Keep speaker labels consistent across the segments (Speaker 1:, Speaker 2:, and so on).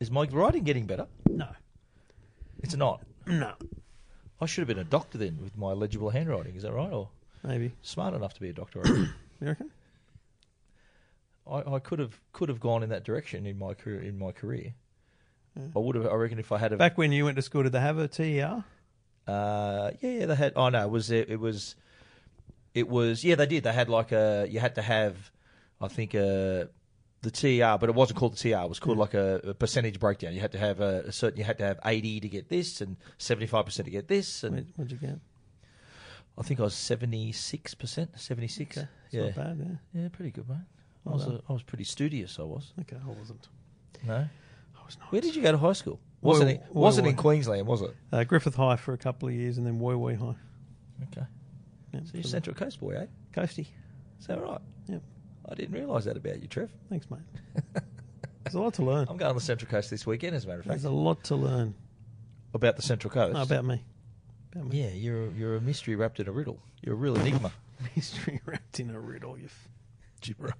Speaker 1: Is my writing getting better?
Speaker 2: No,
Speaker 1: It's not.
Speaker 2: no,
Speaker 1: I should have been a doctor then with my legible handwriting. Is that right? Or
Speaker 2: maybe.
Speaker 1: smart enough to be a doctor? I reckon.
Speaker 2: You reckon?
Speaker 1: I, I could have could have gone in that direction in my career. In my career,
Speaker 2: Yeah.
Speaker 1: I would have. I reckon if I had a
Speaker 2: Back when you went to school, did they have a E TER?
Speaker 1: Uh, yeah, yeah, they had. Oh no, it was it, it was it was yeah they did. They had like a you had to have I think uh the TR, but it wasn't called the TR. It was called like a, a percentage breakdown. You had to have a, a certain. You had to have eighty to get this, and seventy five percent to get this, and
Speaker 2: Where'd, where'd you get?
Speaker 1: I think I was seventy six percent, seventy six.
Speaker 2: Okay. It's
Speaker 1: Yeah,
Speaker 2: not bad, yeah.
Speaker 1: yeah, pretty good, mate.
Speaker 2: Well
Speaker 1: I was
Speaker 2: done.
Speaker 1: a, I was pretty studious. I was.
Speaker 2: Okay, I wasn't.
Speaker 1: No,
Speaker 2: I was not.
Speaker 1: where did you go to high school?
Speaker 2: Woi-
Speaker 1: Wasn't it?
Speaker 2: Woi-
Speaker 1: Wasn't
Speaker 2: Woi.
Speaker 1: in Queensland, was it?
Speaker 2: Uh, Griffith High for a couple of years and then Woi Woi High.
Speaker 1: Okay, so
Speaker 2: Yeah,
Speaker 1: you're
Speaker 2: for the-
Speaker 1: Central Coast boy, eh?
Speaker 2: Coasty.
Speaker 1: Is that right?
Speaker 2: Yep.
Speaker 1: I didn't realise that about you, Trev.
Speaker 2: Thanks, mate. There's a lot to learn.
Speaker 1: I'm going on the Central Coast this weekend, as a matter of fact.
Speaker 2: There's a lot to learn.
Speaker 1: About the Central Coast.
Speaker 2: No, about me. About me.
Speaker 1: yeah, you're you're a mystery wrapped in a riddle. You're a real enigma.
Speaker 2: Mystery wrapped in a riddle. You f-
Speaker 1: Gibber.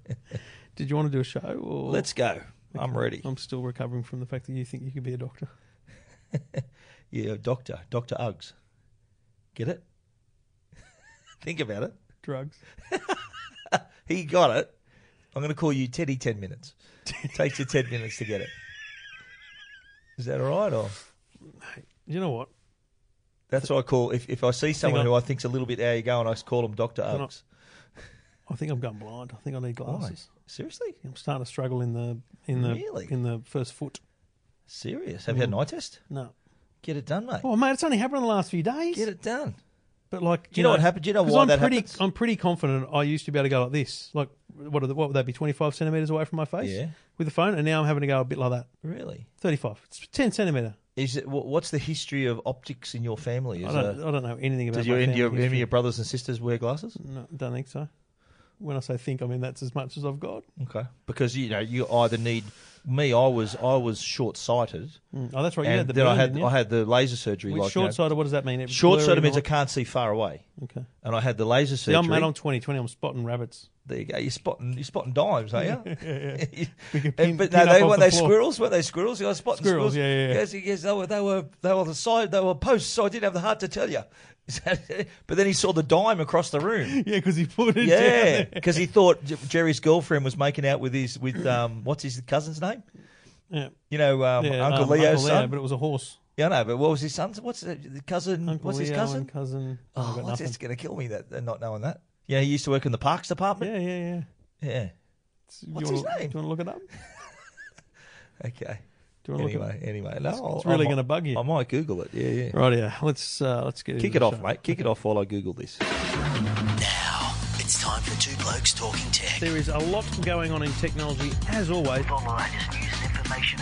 Speaker 2: Did you want to do a show? Or
Speaker 1: Let's go.
Speaker 2: Okay. Oh.
Speaker 1: I'm ready.
Speaker 2: I'm still recovering from the fact that you think you could be a doctor.
Speaker 1: Yeah, Doctor Doctor Uggs. Get it? Think about it.
Speaker 2: Drugs.
Speaker 1: He got it. I'm going to call you Teddy. Ten minutes. Takes you ten minutes to get it. Is that all right? Or
Speaker 2: You know what?
Speaker 1: that's what I call if if I see someone
Speaker 2: on.
Speaker 1: who I think's a little bit out of your going, I just call them Doctor
Speaker 2: Hang on.
Speaker 1: Uggs.
Speaker 2: I think I'm going blind. I think I need glasses.
Speaker 1: Seriously?
Speaker 2: I'm starting to struggle in the in the
Speaker 1: Really?
Speaker 2: in the first foot.
Speaker 1: Serious? Have you had an eye test?
Speaker 2: No.
Speaker 1: Get it done, mate.
Speaker 2: Mm. Oh mate, it's only happened in the last few days.
Speaker 1: Get it done.
Speaker 2: But like,
Speaker 1: Do you know what happened? Do you know
Speaker 2: 'cause
Speaker 1: why
Speaker 2: I'm
Speaker 1: that
Speaker 2: pretty,
Speaker 1: happens?
Speaker 2: I'm pretty confident I used to be able to go like this. Like, what are the, what would that be? 25 centimeters away from my face
Speaker 1: Yeah.
Speaker 2: with the phone, and now I'm having to go a bit like that.
Speaker 1: Really?
Speaker 2: 35. It's 10 centimeter.
Speaker 1: Is it, wh- what's the history of optics in your family? Is
Speaker 2: I don't,
Speaker 1: uh
Speaker 2: I don't know anything about.
Speaker 1: does
Speaker 2: my
Speaker 1: your, any,
Speaker 2: family
Speaker 1: your, any of
Speaker 2: history.
Speaker 1: your brothers and sisters wear glasses?
Speaker 2: No, don't think so. When I say think, I mean that's as much as I've got.
Speaker 1: Okay, because you know you either need me. I was I was short sighted,
Speaker 2: Mm. Oh, that's right. You
Speaker 1: Hmm. and
Speaker 2: had the
Speaker 1: then
Speaker 2: burn,
Speaker 1: I had
Speaker 2: didn't you?
Speaker 1: I had the laser surgery.
Speaker 2: With
Speaker 1: Like
Speaker 2: short
Speaker 1: you know,
Speaker 2: sighted. What does that mean? It was
Speaker 1: short
Speaker 2: blurry
Speaker 1: sighted
Speaker 2: and
Speaker 1: means I
Speaker 2: all-
Speaker 1: can't see far away,
Speaker 2: Okay.
Speaker 1: and I had the laser
Speaker 2: See,
Speaker 1: surgery.
Speaker 2: I'm mate. I'm 20, 20. I'm spotting rabbits.
Speaker 1: there you go. You're spotting you're spotting dimes, aren't you?
Speaker 2: yeah,
Speaker 1: You-
Speaker 2: could
Speaker 1: and-
Speaker 2: pin-
Speaker 1: but
Speaker 2: pin
Speaker 1: no,
Speaker 2: up
Speaker 1: they
Speaker 2: off
Speaker 1: weren't
Speaker 2: the
Speaker 1: they
Speaker 2: floor.
Speaker 1: squirrels, weren't they squirrels? You were spotting
Speaker 2: Squirrels,
Speaker 1: squirrels.
Speaker 2: yeah, yeah, yeah.
Speaker 1: Yes, yes, they were they were they were on the side. They were posts, so I didn't have the heart to tell you. but then he saw the dime across the room.
Speaker 2: because he put it.
Speaker 1: Yeah,
Speaker 2: down there.
Speaker 1: because he thought J- Jerry's girlfriend was making out with his with um what's his cousin's name?
Speaker 2: yeah.
Speaker 1: You know, um,
Speaker 2: Yeah,
Speaker 1: Uncle
Speaker 2: um,
Speaker 1: Leo's
Speaker 2: Uncle
Speaker 1: son.
Speaker 2: Leo, but it was a horse.
Speaker 1: yeah, no, but what was his son's? What's the the cousin?
Speaker 2: Uncle
Speaker 1: what's his
Speaker 2: Leo and
Speaker 1: cousin?
Speaker 2: Cousin. Oh, I've
Speaker 1: Oh,
Speaker 2: got
Speaker 1: what's
Speaker 2: nothing.
Speaker 1: it's going to kill me that not knowing that. Yeah, he used to work in the parks department.
Speaker 2: Yeah, yeah, yeah.
Speaker 1: Yeah.
Speaker 2: It's- you
Speaker 1: What's
Speaker 2: wanna,
Speaker 1: his name?
Speaker 2: Do you want to look it up?
Speaker 1: Okay.
Speaker 2: Do you want to look it
Speaker 1: Anyway, anyway, no, I'll-
Speaker 2: It's really
Speaker 1: I might-
Speaker 2: gonna bug you.
Speaker 1: I might Google it. Yeah, yeah.
Speaker 2: up? Right, yeah. Let's uh, let's get into
Speaker 1: Kick
Speaker 2: the
Speaker 1: it off,
Speaker 2: show.
Speaker 1: mate. Kick it off while I Google this.
Speaker 3: Now it's time for two blokes talking tech.
Speaker 2: There is a lot going on in technology, as always.
Speaker 3: All the latest news and information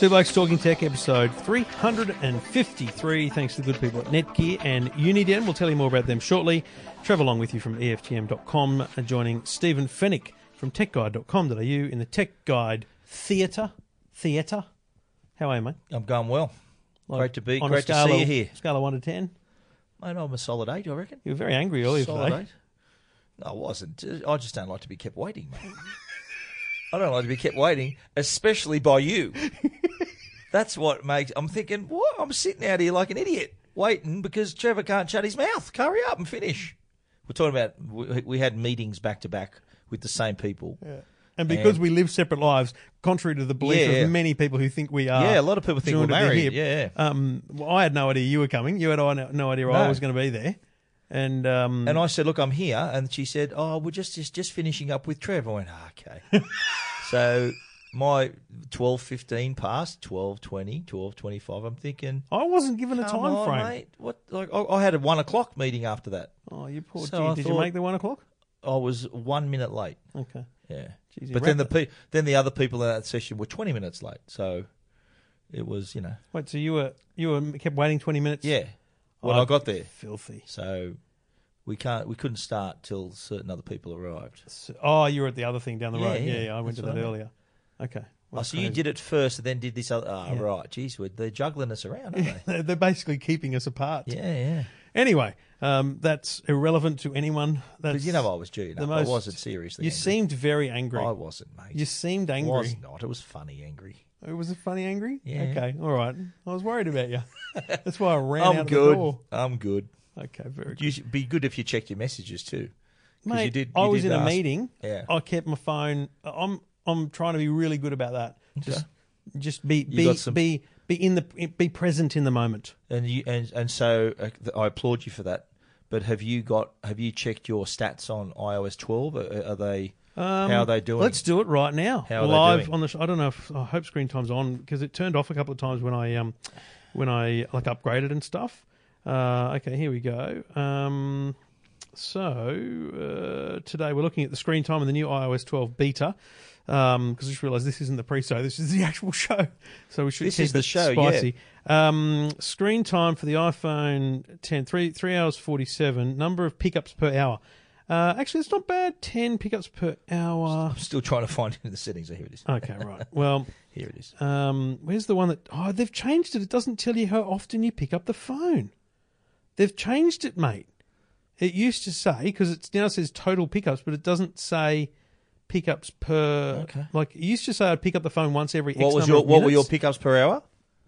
Speaker 2: Two Blokes Talking Tech, episode 353. Thanks to the good people at Netgear and Uniden. We'll tell you more about them shortly. Travel along with you from E EFTM.com, uh, joining Stephen Fennick from TechGuide.com.au in the Tech Guide Theatre. Theatre. How are you, mate?
Speaker 1: I'm going well.
Speaker 2: Like,
Speaker 1: Great to be-
Speaker 2: on a
Speaker 1: great to
Speaker 2: scale
Speaker 1: see you
Speaker 2: of-
Speaker 1: here.
Speaker 2: Scale of 1 to 10.
Speaker 1: Mate, I'm a solid eight, I reckon.
Speaker 2: You were very angry earlier
Speaker 1: solid eh?
Speaker 2: today.
Speaker 1: eight. No, I wasn't. I just don't like to be kept waiting, mate. I don't like to be kept waiting, especially by you. That's what makes. I'm thinking, what? I'm sitting out here like an idiot, waiting because Trevor can't shut his mouth. Hurry up and finish. We're talking about. We, we had meetings back to back with the same people. Yeah.
Speaker 2: And because we live separate lives, contrary to the belief
Speaker 1: Yeah.
Speaker 2: of many people who think we are.
Speaker 1: a lot of people think we're
Speaker 2: joined at the
Speaker 1: married.
Speaker 2: hip,
Speaker 1: Yeah, yeah.
Speaker 2: Um, well, I had no idea you were coming. You had I no, no idea I
Speaker 1: No.
Speaker 2: was going to be there. And, um,
Speaker 1: and I said, "Look, I'm here." And she said, "Oh, we're just just, just finishing up with Trevor." I went, "Ah, "Okay." so my twelve fifteen passed, 12, 20, 12, 25. I'm thinking,
Speaker 2: I wasn't given a
Speaker 1: Come
Speaker 2: time
Speaker 1: on,
Speaker 2: frame.
Speaker 1: mate. What? Like, I, I had a one o'clock meeting after that.
Speaker 2: Oh, you poor
Speaker 1: So
Speaker 2: dude.
Speaker 1: I
Speaker 2: Did you
Speaker 1: thought-
Speaker 2: make the one o'clock?
Speaker 1: I was one minute late.
Speaker 2: Okay.
Speaker 1: Yeah,
Speaker 2: Jeez, you
Speaker 1: but then the
Speaker 2: wrapped
Speaker 1: pe- then the other people in that session were twenty minutes late. So It was, you know,
Speaker 2: Wait, so you were you were kept waiting twenty minutes?
Speaker 1: yeah. When
Speaker 2: Oh.
Speaker 1: I got there,
Speaker 2: filthy.
Speaker 1: so we can't, we couldn't start till certain other people arrived.
Speaker 2: So- oh, you were at the other thing down the
Speaker 1: Yeah,
Speaker 2: road. Yeah,
Speaker 1: yeah,
Speaker 2: yeah, I went
Speaker 1: that's
Speaker 2: to
Speaker 1: what
Speaker 2: that
Speaker 1: I meant.
Speaker 2: earlier. Okay.
Speaker 1: oh,
Speaker 2: Well,
Speaker 1: so you did it first, and then did this other. Oh,
Speaker 2: Yeah.
Speaker 1: right. Geez, we're, they're juggling us around, aren't they?
Speaker 2: They're basically keeping us apart.
Speaker 1: yeah, yeah.
Speaker 2: Anyway, um, that's irrelevant to anyone. That's,
Speaker 1: But you know, I was due enough.
Speaker 2: most-
Speaker 1: I wasn't seriously.
Speaker 2: you
Speaker 1: angry.
Speaker 2: seemed very angry.
Speaker 1: I wasn't, mate.
Speaker 2: you seemed angry.
Speaker 1: was not. It was funny, angry.
Speaker 2: It was a funny angry.
Speaker 1: Yeah.
Speaker 2: Okay. All right. I was worried about you. That's why I ran out
Speaker 1: I'm
Speaker 2: of the
Speaker 1: good.
Speaker 2: door.
Speaker 1: I'm good.
Speaker 2: Okay. Very good.
Speaker 1: You should be good if you check your messages too. 'Cause
Speaker 2: Mate,
Speaker 1: you did-
Speaker 2: I
Speaker 1: you
Speaker 2: was
Speaker 1: did
Speaker 2: in a
Speaker 1: ask-
Speaker 2: meeting.
Speaker 1: Yeah.
Speaker 2: I kept my phone. I'm I'm trying to be really good about that. Just just be be
Speaker 1: got some-
Speaker 2: be be in the be present in the moment.
Speaker 1: And you and and so uh, th- I applaud you for that. But have you got? Have you checked your stats on iOS 12? Are, are they? how are they doing?
Speaker 2: Um, Let's do it right now.
Speaker 1: How are they
Speaker 2: Live
Speaker 1: doing?
Speaker 2: on the sh- I don't know if oh, I hope screen time's on because it turned off a couple of times when I um when I like upgraded and stuff. Uh, okay, here we go. Um, so uh, today we're looking at the screen time of the new iOS 12 beta. Um, because I just realised this isn't the pre-show, this is the actual show. So we should
Speaker 1: This
Speaker 2: keep
Speaker 1: is the
Speaker 2: it
Speaker 1: show,
Speaker 2: spicy. Um, screen time for the iPhone 10, three, three hours 47. Number of pickups per hour. Uh, actually, it's not bad. 10 pickups per hour.
Speaker 1: I'm still trying to find it in the settings. Oh, Here it is.
Speaker 2: Okay, right. Well,
Speaker 1: Here it is.
Speaker 2: um, where's the one that? Oh, they've changed it. It doesn't tell you how often you pick up the phone. They've changed it, mate. It used to say because it now says total pickups, but it doesn't say pickups per.
Speaker 1: Okay.
Speaker 2: Like it used to say, I'd pick up the phone once every.
Speaker 1: What
Speaker 2: X
Speaker 1: was
Speaker 2: number
Speaker 1: your?
Speaker 2: of
Speaker 1: What were your
Speaker 2: minutes.
Speaker 1: pickups per hour?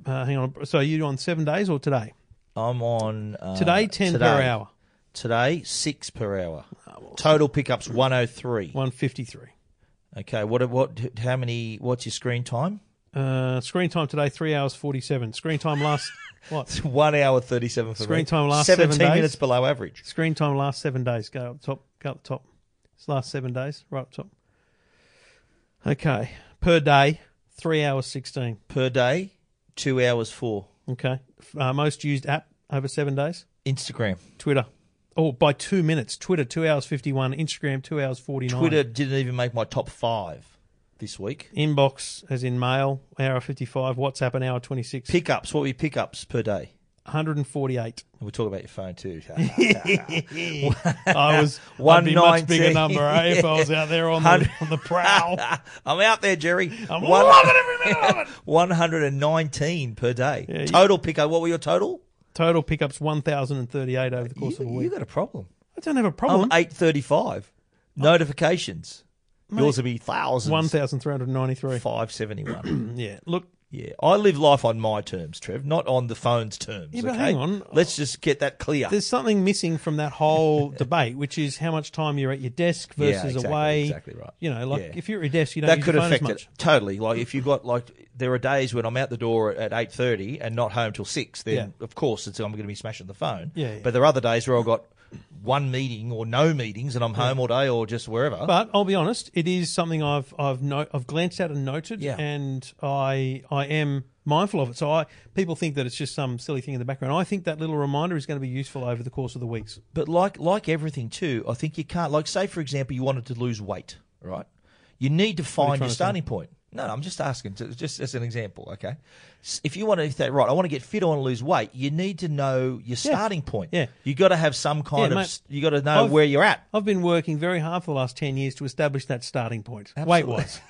Speaker 2: Uh, hang on. So you on seven days or today?
Speaker 1: I'm on uh,
Speaker 2: Today, ten per
Speaker 1: today.
Speaker 2: hour, Uh,
Speaker 1: Today, six per hour. Total pickups 103.
Speaker 2: one fifty three.
Speaker 1: Okay, what? What? How many? What's your screen time?
Speaker 2: Uh, screen time today three hours forty seven. Screen time last what?
Speaker 1: One hour thirty-seven for
Speaker 2: Screen
Speaker 1: me.
Speaker 2: time last seven
Speaker 1: seventeen
Speaker 2: days?
Speaker 1: minutes below average.
Speaker 2: Screen time last seven days. Go up top. Go up top. It's last seven days. Right up top. Okay. Per day, three hours sixteen.
Speaker 1: per day, two hours four.
Speaker 2: Okay. Uh, most used app over seven days.
Speaker 1: Instagram.
Speaker 2: Twitter. Oh, by two minutes. Twitter two hours fifty one. Instagram two hours forty nine.
Speaker 1: Twitter didn't even make my top five this week.
Speaker 2: Inbox, as in mail, hour fifty five. WhatsApp an hour twenty six.
Speaker 1: Pickups. What were your pickups per day?
Speaker 2: One hundred and forty eight.
Speaker 1: And we're talking about your phone too.
Speaker 2: I was one be much
Speaker 1: 119.
Speaker 2: bigger number eh, if I was out there on the, on the prowl.
Speaker 1: I'm out there, Jerry.
Speaker 2: I'm
Speaker 1: One-
Speaker 2: loving every minute of it.
Speaker 1: 119 per day.
Speaker 2: Yeah, you-
Speaker 1: total pickup. What were your total?
Speaker 2: Total pickups 1,038 over the course of a
Speaker 1: You,
Speaker 2: week. Oh.
Speaker 1: you got a problem.
Speaker 2: I don't have a problem.
Speaker 1: I'm 835. Notifications. Yours would be thousands.
Speaker 2: 1,393.
Speaker 1: 571.
Speaker 2: Yeah. Look,
Speaker 1: yeah. I live life on my terms, Trev, not on the phone's terms.
Speaker 2: Yeah, but
Speaker 1: okay?
Speaker 2: hang on.
Speaker 1: Let's just get that clear.
Speaker 2: there's something missing from that whole debate, which is how much time you're at your desk versus
Speaker 1: exactly,
Speaker 2: away.
Speaker 1: exactly right.
Speaker 2: You know, like
Speaker 1: Yeah.
Speaker 2: if you're at your desk, you don't
Speaker 1: that
Speaker 2: use
Speaker 1: could
Speaker 2: your phone
Speaker 1: affect
Speaker 2: as
Speaker 1: it
Speaker 2: much. Mm.
Speaker 1: totally. Like if you got like there are days when I'm out the door at eight thirty and not home till six, then of course it's, I'm going to be smashing the phone.
Speaker 2: Yeah, yeah.
Speaker 1: But there are other days where I've got one meeting or no meetings and I'm home all day or just wherever.
Speaker 2: But I'll be honest, it is something I've I've no, I've glanced at and noted,
Speaker 1: Yeah.
Speaker 2: and I I am mindful of it. So I people think that it's just some silly thing in the background. I think that little reminder is going to be useful over the course of the weeks.
Speaker 1: But like like everything too, I think you can't like say for example you wanted to lose weight, right? You need to
Speaker 2: you
Speaker 1: find
Speaker 2: trying
Speaker 1: your
Speaker 2: to say?
Speaker 1: starting point. No, no, I'm just asking, to, just as an example, okay? S- If you want to say, right, I want to get fit, I want to lose weight, you need to know your starting point.
Speaker 2: Yeah.
Speaker 1: You got to have some kind
Speaker 2: Yeah,
Speaker 1: of,
Speaker 2: mate.
Speaker 1: s you got to know
Speaker 2: I've-
Speaker 1: where you're at.
Speaker 2: I've been working very hard for the last 10 years to establish that starting point. Weight wise.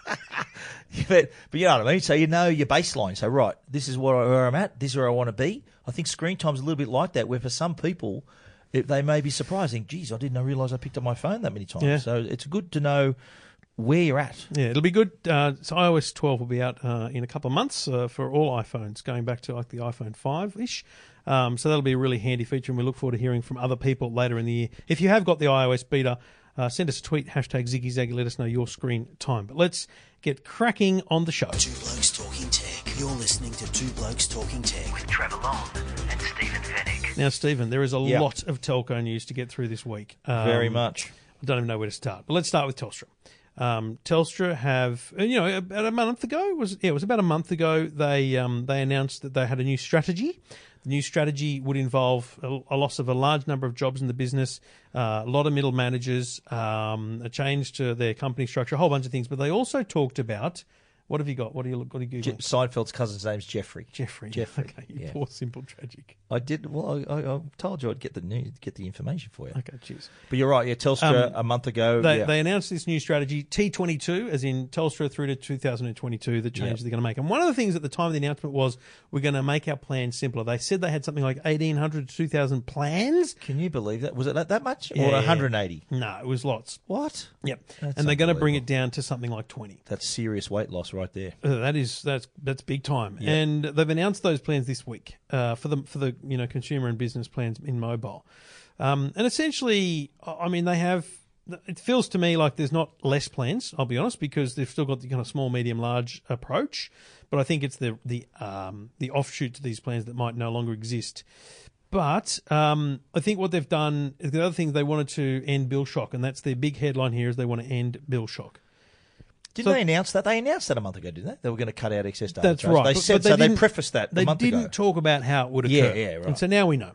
Speaker 1: but but you know what I mean. So you know your baseline. So right, this is where, I, where I'm at. This is where I want to be. I think screen time's a little bit like that. Where for some people, it, they may be surprising. Geez, I didn't realise I picked up my phone that many times.
Speaker 2: Yeah.
Speaker 1: So it's good to know where you're at.
Speaker 2: Yeah, it'll be good. Uh, so iOS 12 will be out uh, in a couple of months uh, for all iPhones, going back to like the iPhone 5 ish. Um, so that'll be a really handy feature, and we look forward to hearing from other people later in the year. If you have got the iOS beta, uh, send us a tweet, hashtag ZiggyZag, let us know your screen time. But let's get cracking on the show.
Speaker 3: Two Blokes Talking Tech. You're listening to Two Blokes Talking Tech with Trevor Long and Stephen Fennick.
Speaker 2: Now, Stephen, there is a
Speaker 1: Yeah.
Speaker 2: lot of telco news to get through this week. Um,
Speaker 1: Very much.
Speaker 2: I don't even know where to start. But let's start with Telstra. Um, Telstra have, and, you know, about a month ago was yeah, it was about a month ago they um, they announced that they had a new strategy. The new strategy would involve a, a loss of a large number of jobs in the business, uh, a lot of middle managers, um, a change to their company structure, a whole bunch of things. But they also talked about What have you got? What are you, what are you
Speaker 1: Je-
Speaker 2: Googling?
Speaker 1: Seinfeld's cousin's name's Jeffrey.
Speaker 2: Jeffrey.
Speaker 1: Jeffrey,
Speaker 2: Okay, you
Speaker 1: yeah.
Speaker 2: poor simple tragic.
Speaker 1: I did. Well, I, I, I told you I'd get the news, get the information for you.
Speaker 2: Okay, cheers.
Speaker 1: But you're right. Yeah, Telstra
Speaker 2: Um,
Speaker 1: a month ago.
Speaker 2: They,
Speaker 1: yeah.
Speaker 2: they announced this new strategy, T22, as in Telstra through to 2022, the change
Speaker 1: Yep.
Speaker 2: they're going to make. And one of the things at the time of the announcement was we're going to make our plan simpler. They said they had something like 1,800 to 2,000 plans.
Speaker 1: Can you believe that? Was it that, that much
Speaker 2: Yeah,
Speaker 1: or
Speaker 2: yeah.
Speaker 1: 180?
Speaker 2: No, it was lots.
Speaker 1: What?
Speaker 2: Yep.
Speaker 1: That's
Speaker 2: and they're going to bring it
Speaker 1: unbelievable.
Speaker 2: down to something like 20.
Speaker 1: That's serious weight loss right there.
Speaker 2: Uh, That is that's that's big time, and they've announced those plans this week uh, for the for the you know consumer and business plans in mobile, um, and essentially, I I mean, they have. It feels to me like there's not less plans. I'll be honest, because they've still got the kind of small, medium, large approach, but I think it's the the um, the offshoot to these plans that might no longer exist. But um, I think what they've done, the other thing they wanted to end bill shock, and that's their big headline here is they want to end bill shock.
Speaker 1: Didn't
Speaker 2: So-
Speaker 1: they announce that? They announced that a month ago, didn't they? They were going to cut out excess data.
Speaker 2: That's
Speaker 1: charge.
Speaker 2: right.
Speaker 1: They
Speaker 2: but-
Speaker 1: said
Speaker 2: but
Speaker 1: so. They
Speaker 2: didn't-
Speaker 1: prefaced that
Speaker 2: They
Speaker 1: a month
Speaker 2: didn't
Speaker 1: ago.
Speaker 2: talk about how it would occur.
Speaker 1: Yeah, yeah, right.
Speaker 2: And so now we know.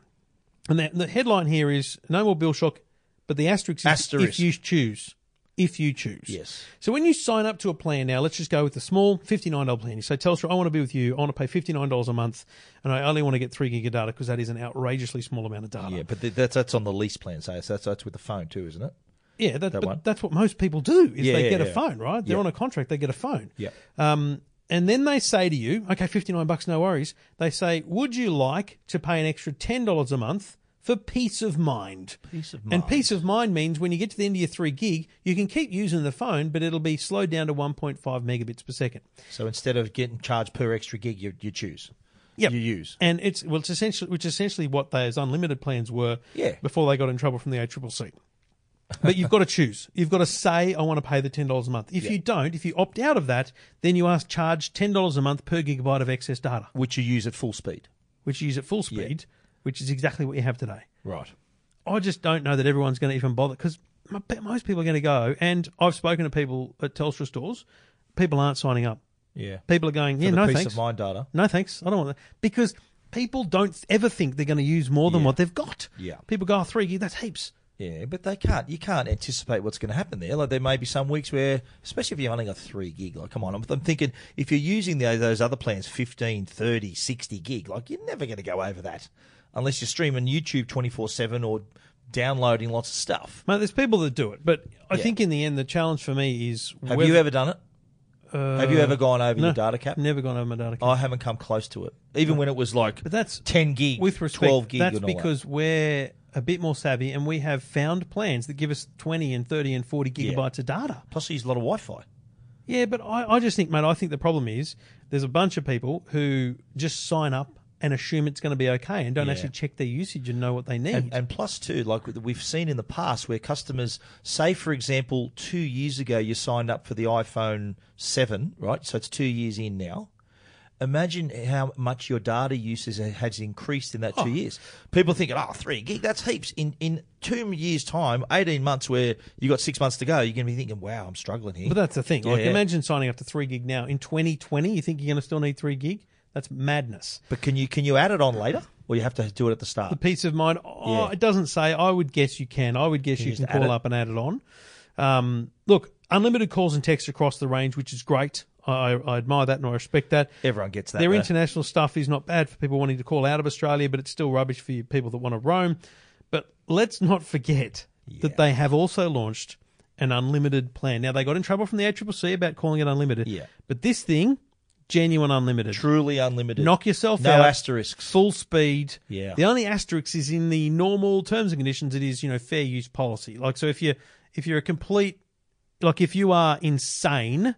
Speaker 2: And the, the headline here is no more bill shock, but the asterisk is if
Speaker 1: Asterisk.
Speaker 2: you choose. If you choose.
Speaker 1: Yes.
Speaker 2: So when you sign up to a plan now, let's just go with the small $59 plan. You say, Telstra, I want to be with you. I want to pay $59 a month, and I only want to get 3 gig of data because that is an outrageously small amount of data.
Speaker 1: Yeah, but th- that's that's on the lease plan. So that's that's with the phone too, isn't it?
Speaker 2: Yeah, that, but
Speaker 1: one.
Speaker 2: that's what most people do is
Speaker 1: Yeah,
Speaker 2: they
Speaker 1: yeah,
Speaker 2: get a
Speaker 1: yeah.
Speaker 2: phone, right? They're
Speaker 1: Yeah.
Speaker 2: on a contract, they get a phone.
Speaker 1: Yeah.
Speaker 2: Um, and then they say to you, okay, 59 bucks, no worries. They say, would you like to pay an extra $10 a month for peace of mind?
Speaker 1: Peace of
Speaker 2: And peace of mind means when you get to the end of your three gig, you can keep using the phone, but it'll be slowed down to 1.5 megabits per second.
Speaker 1: So instead of getting charged per extra gig, you you choose.
Speaker 2: Yep.
Speaker 1: You use.
Speaker 2: And it's, well, it's essentially, which is essentially what those unlimited plans were
Speaker 1: Yeah.
Speaker 2: before they got in trouble from the ACCC. but you've got to choose. You've got to say, I want to pay the $10 a month. If you don't, if you opt out of that, then you are charged $10 a month per gigabyte of excess data.
Speaker 1: Which you use at full speed.
Speaker 2: which you use at full speed, which is exactly what you have today.
Speaker 1: Right.
Speaker 2: I just don't know that everyone's going to even bother because most people are going to go. And I've spoken to people at Telstra stores. People aren't signing up.
Speaker 1: Yeah.
Speaker 2: People are going, yeah,
Speaker 1: For the
Speaker 2: no
Speaker 1: peace
Speaker 2: thanks.
Speaker 1: of mind data.
Speaker 2: No thanks. I don't want that. Because people don't ever think they're going to use more than
Speaker 1: Yeah.
Speaker 2: what they've got.
Speaker 1: Yeah.
Speaker 2: People go, oh, three gig, that's heaps.
Speaker 1: Yeah, but they can't. You can't anticipate what's going to happen there. Like there may be some weeks where, especially if you've only got three gig. Like, come on, I'm, I'm thinking if you're using the, those other plans, 15, 30, 60 gig, like you're never going to go over that, unless you're streaming YouTube 24 seven or downloading lots of stuff.
Speaker 2: Mate, there's people that do it. But I
Speaker 1: Yeah.
Speaker 2: think in the end, the challenge for me is
Speaker 1: Have
Speaker 2: whether- Uh,
Speaker 1: you ever done it? Have you ever gone over
Speaker 2: no,
Speaker 1: your data cap? Oh.
Speaker 2: Never gone over my data cap.
Speaker 1: I haven't come close to it, even when it was like
Speaker 2: But that's
Speaker 1: 10 gig,
Speaker 2: with respect,
Speaker 1: 12 gig,
Speaker 2: that's
Speaker 1: and all that.
Speaker 2: because we're a bit more savvy and we have found plans that give us 20 and 30 and 40 gigabytes of data.
Speaker 1: Plus, you use a lot of Wi-Fi.
Speaker 2: Yeah, but I, I just think, mate, I think the problem is there's a bunch of people who just sign up and assume it's going to be okay and don't
Speaker 1: Yeah.
Speaker 2: actually check their usage and know what they need.
Speaker 1: And, and plus, too, like we've seen in the past where customers, say, for example, two years ago, you signed up for the iPhone 7, right? So it's two years in now. Imagine how much your data usage has increased in that
Speaker 2: Oh.
Speaker 1: two years. People thinking, oh, three gig, that's heaps. In in two years' time, 18 months where you got six months to go, you're going to be thinking, wow, I'm struggling here.
Speaker 2: but that's the thing. Like,
Speaker 1: Yeah.
Speaker 2: imagine signing up to 3 gig now. In 2020, you think you're going to still need 3 gig? That's madness.
Speaker 1: but can you can you add it on later? Or you have to do it at the start?
Speaker 2: the peace of mind. Oh,
Speaker 1: Yeah.
Speaker 2: It doesn't say. I would guess you can. I would guess you,
Speaker 1: just
Speaker 2: can
Speaker 1: add
Speaker 2: call
Speaker 1: it.
Speaker 2: up and add it on. Um, look, unlimited calls and texts across the range, which is great. I, I admire that and I respect that.
Speaker 1: Everyone gets that.
Speaker 2: Their
Speaker 1: though.
Speaker 2: international stuff is not bad for people wanting to call out of Australia, but it's still rubbish for you people that want to roam. But let's not forget that they have also launched an unlimited plan. Now, they got in trouble from the ACCC about calling it unlimited.
Speaker 1: Yeah.
Speaker 2: But this thing, genuine unlimited.
Speaker 1: Truly unlimited.
Speaker 2: Knock yourself
Speaker 1: no
Speaker 2: out.
Speaker 1: asterisks.
Speaker 2: Full speed.
Speaker 1: Yeah.
Speaker 2: The only asterisk is in the normal terms and conditions. It is you know fair use policy. Like so, if you if you're a complete, like if you are insane,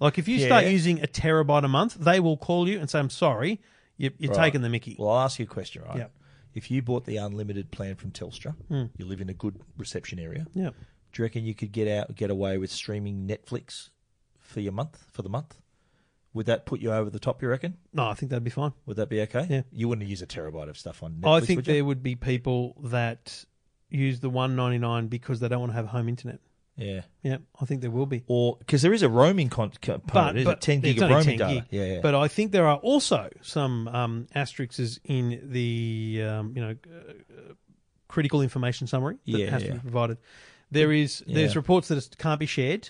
Speaker 2: like if you start
Speaker 1: Yeah.
Speaker 2: using a terabyte a month, they will call you and say, "I'm sorry, you, you're taking the Mickey."
Speaker 1: Well, I'll ask you a question, right?
Speaker 2: Yep.
Speaker 1: If you bought the unlimited plan from Telstra,
Speaker 2: Hmm.
Speaker 1: you live in a good reception area.
Speaker 2: yeah.
Speaker 1: Do you reckon you could get out, get away with streaming Netflix for your month, for the month? Would that put you over the top? You reckon?
Speaker 2: No, I think that'd be fine.
Speaker 1: Would that be okay?
Speaker 2: Yeah.
Speaker 1: You wouldn't use a terabyte of stuff on
Speaker 2: I
Speaker 1: Netflix.
Speaker 2: think
Speaker 1: would you?
Speaker 2: there would be people that use the 199 because they don't want to have home internet.
Speaker 1: Yeah.
Speaker 2: Yeah, I think there will be.
Speaker 1: Or because there is a roaming con- component, is it? Ten gig
Speaker 2: it's
Speaker 1: of
Speaker 2: only
Speaker 1: roaming
Speaker 2: 10
Speaker 1: data.
Speaker 2: gig.
Speaker 1: Yeah, yeah.
Speaker 2: But I think there are also some um, asterisks in the um, you know uh, critical information summary that
Speaker 1: Yeah,
Speaker 2: has to
Speaker 1: yeah.
Speaker 2: be provided. There is there's
Speaker 1: Yeah.
Speaker 2: reports that it can't be shared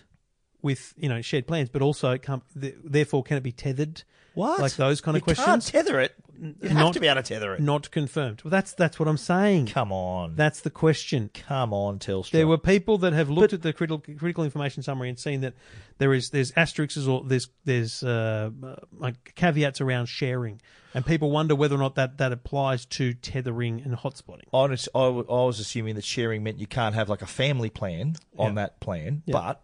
Speaker 2: with you know shared plans, but also it can't, th- therefore can it be tethered?
Speaker 1: What?
Speaker 2: Like those kind of
Speaker 1: You
Speaker 2: questions?
Speaker 1: can't tether it. You have
Speaker 2: Not-
Speaker 1: to be able to tether it.
Speaker 2: Not confirmed. Well, that's that's what I'm saying.
Speaker 1: Come on.
Speaker 2: That's the question.
Speaker 1: Come on, Telstra.
Speaker 2: There were people that have looked at the critical critical information summary and seen that there is there's asterisks or there's there's uh, like caveats around sharing, and people wonder whether or not that that applies to tethering and hotspotting.
Speaker 1: Honest, I, w- I was assuming that sharing meant you can't have like a family plan on that plan, but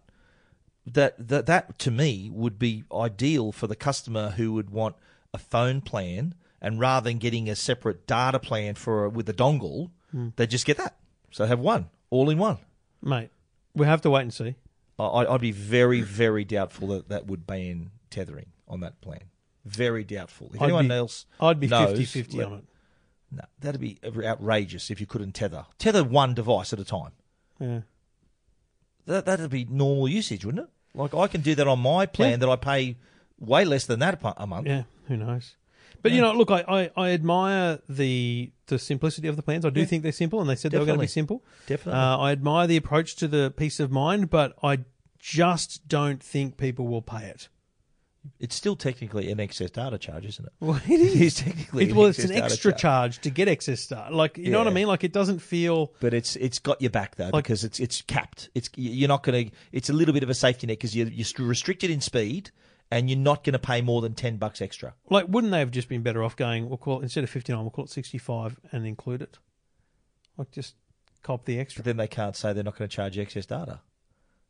Speaker 1: that, that that to me would be ideal for the customer who would want a phone plan, and rather than getting a separate data plan for with a dongle,
Speaker 2: Hmm.
Speaker 1: they just get that. So have one all in one.
Speaker 2: Mate, we have to wait and see.
Speaker 1: I, I- I'd be very very doubtful that that would ban tethering on that plan. Very doubtful. If
Speaker 2: I'd
Speaker 1: anyone
Speaker 2: be-
Speaker 1: else,
Speaker 2: I'd be
Speaker 1: knows,
Speaker 2: 50-50
Speaker 1: let-
Speaker 2: on it.
Speaker 1: No, that'd be outrageous if you couldn't tether. Tether one device at a time.
Speaker 2: Yeah.
Speaker 1: that that'd be normal usage, wouldn't it? Like I can do that on my plan
Speaker 2: Yeah.
Speaker 1: that I pay way less than that a pa- a month.
Speaker 2: Yeah, who knows? But you know, look, I, I, I admire the the simplicity of the plans. I do think they're simple, and they said they were going to
Speaker 1: Definitely.
Speaker 2: be simple.
Speaker 1: Definitely.
Speaker 2: uh, I admire the approach to the peace of mind, but I just don't think people will pay it.
Speaker 1: It's still technically an excess data charge, isn't it?
Speaker 2: Well, it is.
Speaker 1: It is technically.
Speaker 2: It, well, it's an
Speaker 1: excess data
Speaker 2: extra charge to get excess data. Like, you know what I
Speaker 1: Yeah.
Speaker 2: mean? Like, it doesn't feel.
Speaker 1: But it's it's got your back though because it's it's capped. It's you're not going to. It's a little bit of a safety net because you're you're restricted in speed and you're not going to pay more than ten bucks extra.
Speaker 2: Like, wouldn't they have just been better off going? We'll call it instead of fifty nine, we'll call it sixty five and include it. Like, just cop the extra.
Speaker 1: But then they can't say they're not going to charge you excess data.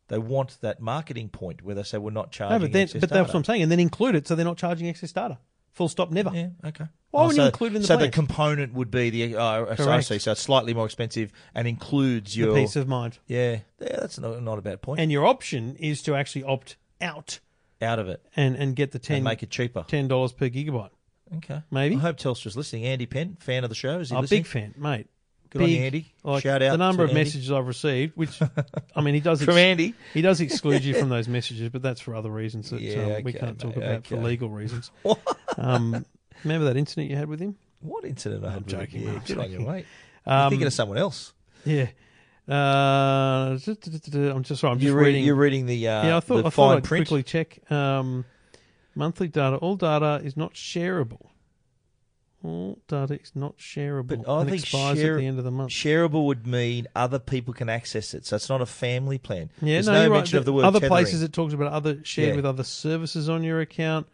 Speaker 1: They want that marketing point where they say we're not charging.
Speaker 2: No, but then,
Speaker 1: excess
Speaker 2: but that's what
Speaker 1: data.
Speaker 2: I'm saying, and then include it so they're not charging excess data. Full stop. Never.
Speaker 1: Yeah, okay. Oh,
Speaker 2: Why wouldn't you
Speaker 1: so-
Speaker 2: include it in the
Speaker 1: So
Speaker 2: plan?
Speaker 1: the component would be the uh, so I
Speaker 2: Correct.
Speaker 1: see, so it's slightly more expensive and includes
Speaker 2: The
Speaker 1: your
Speaker 2: peace of mind.
Speaker 1: yeah, yeah. That's not, not a bad point.
Speaker 2: And your option is to actually opt out
Speaker 1: Out of it
Speaker 2: and, and get the
Speaker 1: and
Speaker 2: ten
Speaker 1: make it cheaper.
Speaker 2: ten dollars per gigabyte.
Speaker 1: Okay,
Speaker 2: Maybe.
Speaker 1: I hope Telstra's listening. Andy Penn, fan of the show, is he
Speaker 2: I'm a
Speaker 1: listening?
Speaker 2: big fan, mate.
Speaker 1: Good on
Speaker 2: Big-
Speaker 1: you, Andy.
Speaker 2: like,
Speaker 1: Shout out
Speaker 2: the number
Speaker 1: to
Speaker 2: of
Speaker 1: Andy.
Speaker 2: messages I've received, which I mean, he does
Speaker 1: From Andy?
Speaker 2: He does exclude you from those messages, but that's for other reasons that
Speaker 1: Yeah,
Speaker 2: um, we
Speaker 1: okay,
Speaker 2: can't talk
Speaker 1: mate,
Speaker 2: about for
Speaker 1: okay.
Speaker 2: legal reasons. um, remember that incident you had with him?
Speaker 1: What incident? I'm
Speaker 2: joking,
Speaker 1: Yeah,
Speaker 2: Um, I'm
Speaker 1: good on you,
Speaker 2: joking.
Speaker 1: mate. You're thinking of someone else.
Speaker 2: Yeah. Uh, I'm just sorry. I'm just
Speaker 1: You're
Speaker 2: reading.
Speaker 1: reading. You're reading the uh,
Speaker 2: yeah, I thought
Speaker 1: the
Speaker 2: I
Speaker 1: fine
Speaker 2: thought I'd
Speaker 1: print.
Speaker 2: quickly check. Um, monthly data. All data is not shareable. All data is not shareable.
Speaker 1: But I
Speaker 2: and
Speaker 1: think
Speaker 2: expires
Speaker 1: share-
Speaker 2: at the end of the month.
Speaker 1: Shareable would mean other people can access it, so it's not a family plan.
Speaker 2: Yeah,
Speaker 1: There's
Speaker 2: no,
Speaker 1: no,
Speaker 2: you're right.
Speaker 1: mention of the
Speaker 2: But
Speaker 1: word
Speaker 2: other
Speaker 1: tethering.
Speaker 2: places it talks about other shared
Speaker 1: Yeah.
Speaker 2: with other services on your account.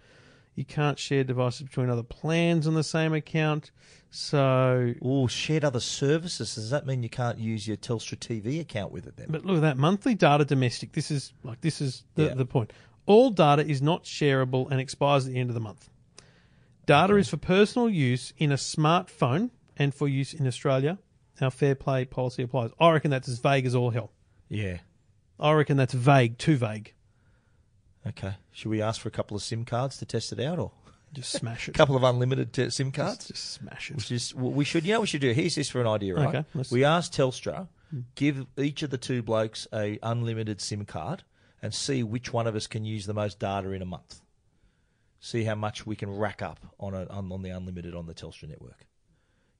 Speaker 2: You can't share devices between other plans on the same account. So,
Speaker 1: Oh, shared other services. Does that mean you can't use your Telstra TV account with it then?
Speaker 2: but look at that monthly data domestic. This is like this is the,
Speaker 1: Yeah.
Speaker 2: the point. All data is not shareable and expires at the end of the month. Data is for personal use in a smartphone and for use in Australia. Our fair play policy applies. I reckon that's as vague as all hell.
Speaker 1: Yeah.
Speaker 2: I reckon that's vague, too vague.
Speaker 1: Okay. Should we ask for a couple of SIM cards to test it out, or
Speaker 2: Just smash
Speaker 1: a
Speaker 2: it.
Speaker 1: couple of unlimited uh, SIM
Speaker 2: Just
Speaker 1: cards?
Speaker 2: just smash it.
Speaker 1: Just well, we should. You know, what we should do. Here's this for an idea, right?
Speaker 2: Okay, let's- Hmm.
Speaker 1: We ask Telstra, give each of the two blokes a unlimited SIM card, and see which one of us can use the most data in a month. See how much we can rack up on a, on, on the unlimited on the Telstra network. Do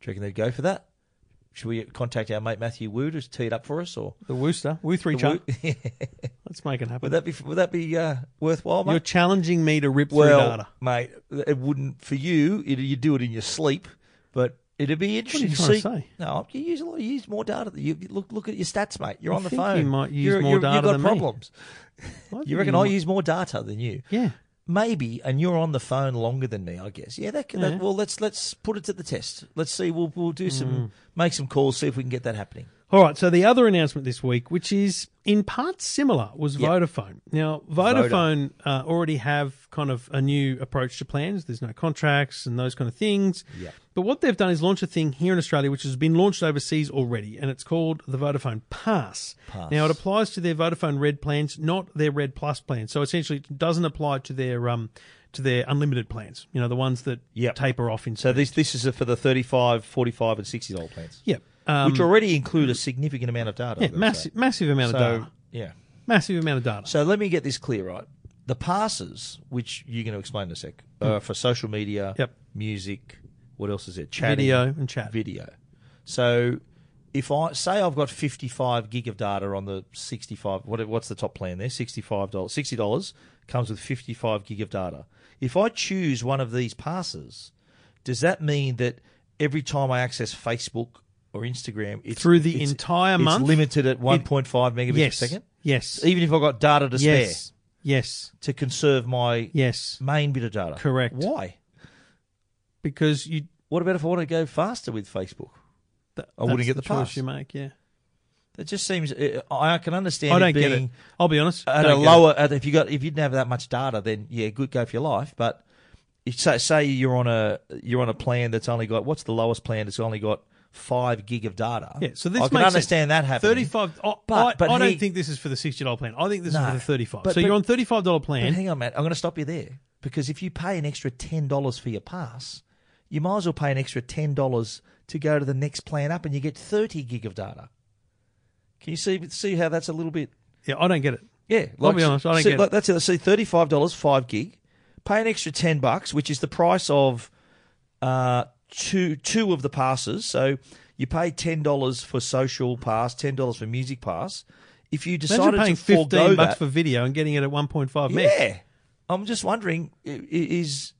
Speaker 1: you reckon they'd go for that? Should we contact our mate Matthew Woo to tee it up for us, or
Speaker 2: The Wooster, Woo three chart. Let's make it happen.
Speaker 1: Would that be would that be uh, worthwhile,
Speaker 2: You're
Speaker 1: mate?
Speaker 2: challenging me to rip through
Speaker 1: well,
Speaker 2: data.
Speaker 1: mate, it wouldn't for you. It, you do it in your sleep, but it'd be interesting
Speaker 2: trying to
Speaker 1: see.
Speaker 2: say?
Speaker 1: No, you use a lot. You use more data. than- You look look at your stats, mate. You're
Speaker 2: I
Speaker 1: on the
Speaker 2: think
Speaker 1: phone.
Speaker 2: you might use
Speaker 1: You're-
Speaker 2: more
Speaker 1: you're-
Speaker 2: data
Speaker 1: You've got
Speaker 2: than me. Hmm.
Speaker 1: problems.
Speaker 2: I
Speaker 1: You
Speaker 2: think
Speaker 1: reckon I
Speaker 2: might-
Speaker 1: use more data than you?
Speaker 2: Mm. Yeah.
Speaker 1: Maybe, and you're on the phone longer than me, I guess. Yeah, that can.
Speaker 2: Yeah.
Speaker 1: That, well, let's let's put it to the test. Let's see. We'll we'll do
Speaker 2: Hmm.
Speaker 1: some make some calls, see if we can get that happening.
Speaker 2: All right. So the other announcement this week, which is in part similar, was
Speaker 1: Yeah.
Speaker 2: Vodafone. Now, Vodafone uh, already have kind of a new approach to plans. There's no contracts and those kind of things.
Speaker 1: Yeah.
Speaker 2: But what they've done is launch a thing here in Australia, which has been launched overseas already, and it's called the Vodafone Pass.
Speaker 1: Pass.
Speaker 2: Now, it applies to their Vodafone Red plans, not their Red Plus plans. So essentially, it doesn't apply to their um to their unlimited plans. You know, the ones that
Speaker 1: Yep.
Speaker 2: taper off in.
Speaker 1: So this this is for the 35, 45, and sixty dollar plans,
Speaker 2: yeah, um,
Speaker 1: which already include a significant amount of data.
Speaker 2: yeah,
Speaker 1: I've got to say.
Speaker 2: massive massive amount
Speaker 1: So
Speaker 2: of data.
Speaker 1: yeah.
Speaker 2: Massive amount of data.
Speaker 1: So let me get this clear, right? The passes, which you're going to explain in a sec, uh, for social media,
Speaker 2: Hmm. Yep.
Speaker 1: music, what else is it? Chatting,
Speaker 2: Video and chat.
Speaker 1: video. So if I say I've got 55 gig of data on the 65, what, what's the top plan there? $65, $60 comes with 55 gig of data. If I choose one of these passes, does that mean that every time I access Facebook or Instagram, it's
Speaker 2: Through the
Speaker 1: it's-
Speaker 2: entire
Speaker 1: it's
Speaker 2: month?
Speaker 1: limited at 1.5 megabits
Speaker 2: Yes.
Speaker 1: per second?
Speaker 2: Yes.
Speaker 1: Even if I've got data to spare
Speaker 2: Yes. Yes.
Speaker 1: to conserve my
Speaker 2: Yes.
Speaker 1: main bit of data?
Speaker 2: Correct.
Speaker 1: Why?
Speaker 2: Because you
Speaker 1: What about if I want to go faster with Facebook?
Speaker 2: that,
Speaker 1: I wouldn't
Speaker 2: that's
Speaker 1: get the
Speaker 2: choice
Speaker 1: pass.
Speaker 2: you make. Yeah.
Speaker 1: That just seems. I I can understand.
Speaker 2: I don't
Speaker 1: being,
Speaker 2: get it. I'll be honest.
Speaker 1: at
Speaker 2: don't
Speaker 1: a
Speaker 2: get it.
Speaker 1: lower at, if you got if you didn't have that much data then yeah good go for your life but if say, say you're on a you're on a plan that's only got what's the lowest plan that's only got five gig of data
Speaker 2: Yeah, so this
Speaker 1: I can
Speaker 2: makes
Speaker 1: understand that happening
Speaker 2: Thirty-five. I,
Speaker 1: But-
Speaker 2: I,
Speaker 1: but
Speaker 2: I
Speaker 1: he-
Speaker 2: don't think this is for the sixty dollar plan. I think this
Speaker 1: No.
Speaker 2: is for the thirty-five.
Speaker 1: But-
Speaker 2: so
Speaker 1: but-
Speaker 2: you're on thirty-five dollar
Speaker 1: But
Speaker 2: plan.
Speaker 1: hang on Matt I'm going to stop you there because if you pay an extra ten dollars for your pass you might as well pay an extra ten dollars to go to the next plan up and you get thirty gig of data can you see see how that's a little bit
Speaker 2: Yeah, I don't get it.
Speaker 1: Yeah, like,
Speaker 2: be honest, I don't
Speaker 1: see,
Speaker 2: get
Speaker 1: like,
Speaker 2: it.
Speaker 1: That's it. See, thirty-five dollars, five gig. Pay an extra ten bucks, which is the price of uh, two two of the passes. So you pay ten dollars for social pass, ten dollars for music pass. If you decided
Speaker 2: Imagine paying
Speaker 1: to forego
Speaker 2: fifteen bucks
Speaker 1: that,
Speaker 2: for video and getting it at one point five meg.
Speaker 1: yeah, I'm just wondering. i- i- Is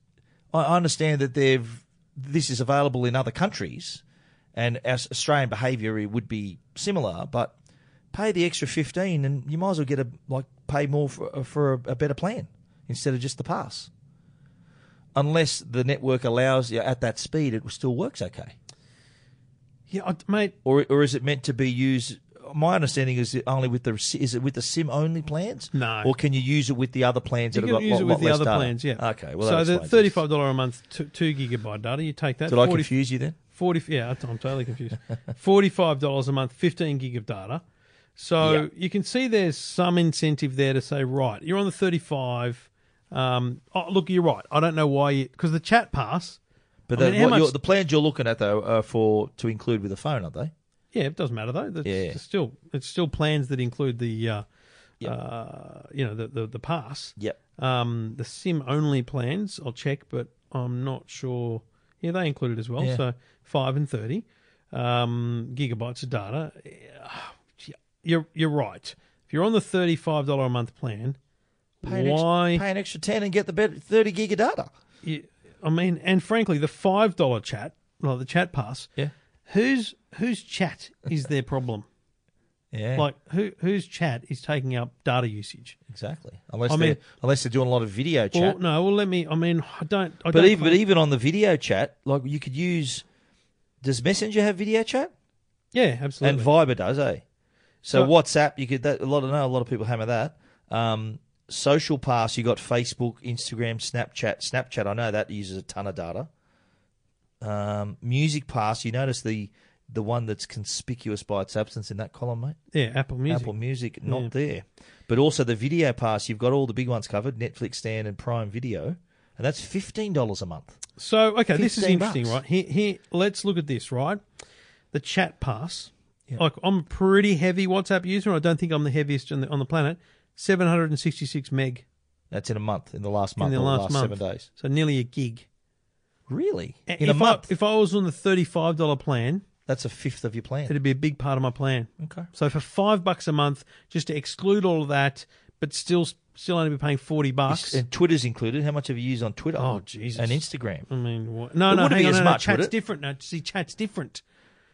Speaker 1: I I understand that they've this is available in other countries, and our Australian behaviour would be similar, but pay the extra fifteen, and you might as well get a like pay more for uh, for a, a better plan instead of just the pass. Unless the network allows you at that speed, it still works okay.
Speaker 2: Yeah, I, mate.
Speaker 1: Or or is it meant to be used? My understanding is it only with the is it with the SIM only plans?
Speaker 2: No.
Speaker 1: Or can you use it with the other plans
Speaker 2: You
Speaker 1: that
Speaker 2: can
Speaker 1: have got
Speaker 2: use
Speaker 1: lot,
Speaker 2: it
Speaker 1: lot
Speaker 2: with the
Speaker 1: less
Speaker 2: other
Speaker 1: data?
Speaker 2: plans. Yeah.
Speaker 1: Okay. Well,
Speaker 2: so
Speaker 1: that
Speaker 2: the
Speaker 1: explains
Speaker 2: thirty-five dollar a month, two, two gigabyte data. You take
Speaker 1: this.
Speaker 2: that.
Speaker 1: Did I
Speaker 2: 40
Speaker 1: confuse you then?
Speaker 2: 40 yeah i'm totally confused $45 a month 15 gig of data so
Speaker 1: Yeah.
Speaker 2: you can see there's some incentive there to say right you're on the 35 um, oh, look you're right i don't know why you because the chat pass
Speaker 1: But
Speaker 2: I
Speaker 1: the,
Speaker 2: mean, how
Speaker 1: what
Speaker 2: much-
Speaker 1: you're, the plans you're looking at though are for to include with the phone, aren't they?
Speaker 2: yeah it doesn't matter though That's
Speaker 1: Yeah.
Speaker 2: it's still it's still plans that include the uh,
Speaker 1: Yeah.
Speaker 2: uh, you know the, the, the pass
Speaker 1: Yep.
Speaker 2: um, the sim only plans i'll check but i'm not sure yeah they include it as well
Speaker 1: Yeah.
Speaker 2: so 5 and 30 um, gigabytes of data you're you're right. If you're on the thirty five dollar a month plan,
Speaker 1: Pay an,
Speaker 2: why?
Speaker 1: Extra, pay an extra ten and get the better thirty gig of data.
Speaker 2: you- I mean, and frankly, the five dollar chat, well, the chat pass.
Speaker 1: Yeah.
Speaker 2: Whose whose chat is their problem?
Speaker 1: Yeah.
Speaker 2: Like who whose chat is taking up data usage?
Speaker 1: exactly. Unless
Speaker 2: I
Speaker 1: they're
Speaker 2: mean-
Speaker 1: unless they're doing a lot of video chat.
Speaker 2: Well, no, well, let me. I mean, I don't.
Speaker 1: but
Speaker 2: I don't
Speaker 1: even but
Speaker 2: claim-
Speaker 1: even on the video chat, like you could use. Does Messenger have video chat?
Speaker 2: yeah, absolutely.
Speaker 1: And Viber does, eh? So
Speaker 2: So-
Speaker 1: WhatsApp, you could that a lot of know a lot of people hammer that. Um, social pass, you got Facebook, Instagram, Snapchat. Snapchat, I know that uses a ton of data. Um, music pass, you notice the the one that's conspicuous by its absence in that column, mate.
Speaker 2: yeah, Apple Music.
Speaker 1: Apple Music, not
Speaker 2: Yeah.
Speaker 1: there. But also the video pass, you've got all the big ones covered: Netflix, Stan, and Prime Video, and that's fifteen dollars a month.
Speaker 2: So okay, this is
Speaker 1: 15
Speaker 2: interesting,
Speaker 1: bucks.
Speaker 2: right? Here, here, let's look at this, right? The chat pass.
Speaker 1: Yeah.
Speaker 2: Like I'm a pretty heavy WhatsApp user. I don't think I'm the heaviest on the on the planet. Seven hundred and sixty six meg
Speaker 1: That's in a month, in the last month,
Speaker 2: in the
Speaker 1: or
Speaker 2: last, month.
Speaker 1: seven days.
Speaker 2: So nearly a gig.
Speaker 1: Really,
Speaker 2: And
Speaker 1: in a
Speaker 2: if
Speaker 1: month,
Speaker 2: I, if I was on the thirty five dollar plan,
Speaker 1: that's a fifth of your plan.
Speaker 2: it'd be a big part of my plan.
Speaker 1: Okay.
Speaker 2: So for five bucks a month, just to exclude all of that, but still still only be paying forty bucks.
Speaker 1: And Twitter's included. How much have you used on Twitter?
Speaker 2: Oh, Jesus.
Speaker 1: And Instagram.
Speaker 2: I mean, what? no,
Speaker 1: It
Speaker 2: no,
Speaker 1: wouldn't
Speaker 2: hang
Speaker 1: be
Speaker 2: on,
Speaker 1: as
Speaker 2: no, no,
Speaker 1: much, would
Speaker 2: chat's
Speaker 1: it?
Speaker 2: different. No, see, chat's different.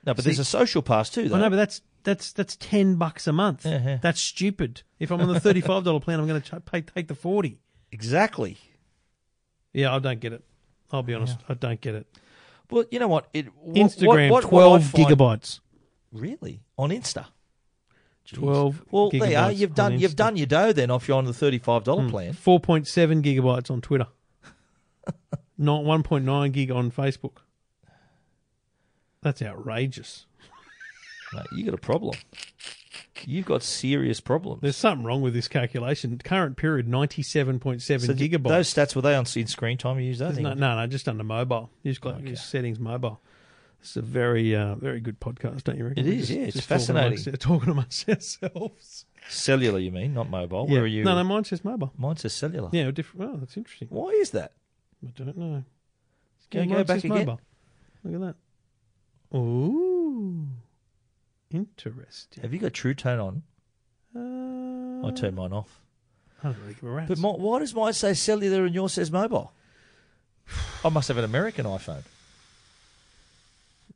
Speaker 1: No, but
Speaker 2: See-
Speaker 1: there's a social pass too, though.
Speaker 2: I know, but that's that's that's ten bucks a month.
Speaker 1: Yeah, yeah.
Speaker 2: That's stupid. If I'm on the thirty five dollar plan, I'm going to pay take the forty.
Speaker 1: exactly.
Speaker 2: Yeah, I don't get it. I'll be honest, I don't get it.
Speaker 1: Well, you know what? It what-
Speaker 2: Instagram
Speaker 1: what- what- what I
Speaker 2: twelve
Speaker 1: find-
Speaker 2: gigabytes.
Speaker 1: Really on Insta. Jeez.
Speaker 2: 12
Speaker 1: Well, there you are.
Speaker 2: gigabytes
Speaker 1: You've
Speaker 2: on
Speaker 1: done. You've
Speaker 2: Insta. Hmm.
Speaker 1: done your dough then off you on the thirty-five dollar plan.
Speaker 2: Four point seven gigabytes on Twitter. Not one point nine gig on Facebook. That's outrageous.
Speaker 1: Mate, you got a problem. You've got serious problems.
Speaker 2: There's something wrong with this calculation. Current period ninety seven point seven
Speaker 1: So th-
Speaker 2: gigabytes.
Speaker 1: Those stats were they on in screen time? You use that?
Speaker 2: There's
Speaker 1: thing?
Speaker 2: No, no, no, just under mobile. You just got
Speaker 1: Okay.
Speaker 2: use settings mobile. It's a very, uh, very good podcast, don't you reckon?
Speaker 1: It
Speaker 2: We're
Speaker 1: is, yeah, it's
Speaker 2: talking amongst-
Speaker 1: fascinating.
Speaker 2: Talking amongst, ourselves.
Speaker 1: Cellular, you mean, not mobile. Where
Speaker 2: Yeah.
Speaker 1: are you?
Speaker 2: No, no, mine says mobile.
Speaker 1: Mine says cellular.
Speaker 2: Yeah, different. Well, that's interesting.
Speaker 1: Why is that?
Speaker 2: I don't know.
Speaker 1: Can you
Speaker 2: Yeah,
Speaker 1: go
Speaker 2: mine
Speaker 1: back
Speaker 2: says
Speaker 1: again?
Speaker 2: Look at that. Ooh, Interesting.
Speaker 1: Have you got True Tone on?
Speaker 2: Uh,
Speaker 1: I turn mine off.
Speaker 2: I don't really give a rat's.
Speaker 1: But my, why does mine say cellular and yours says mobile? I must have an American iPhone.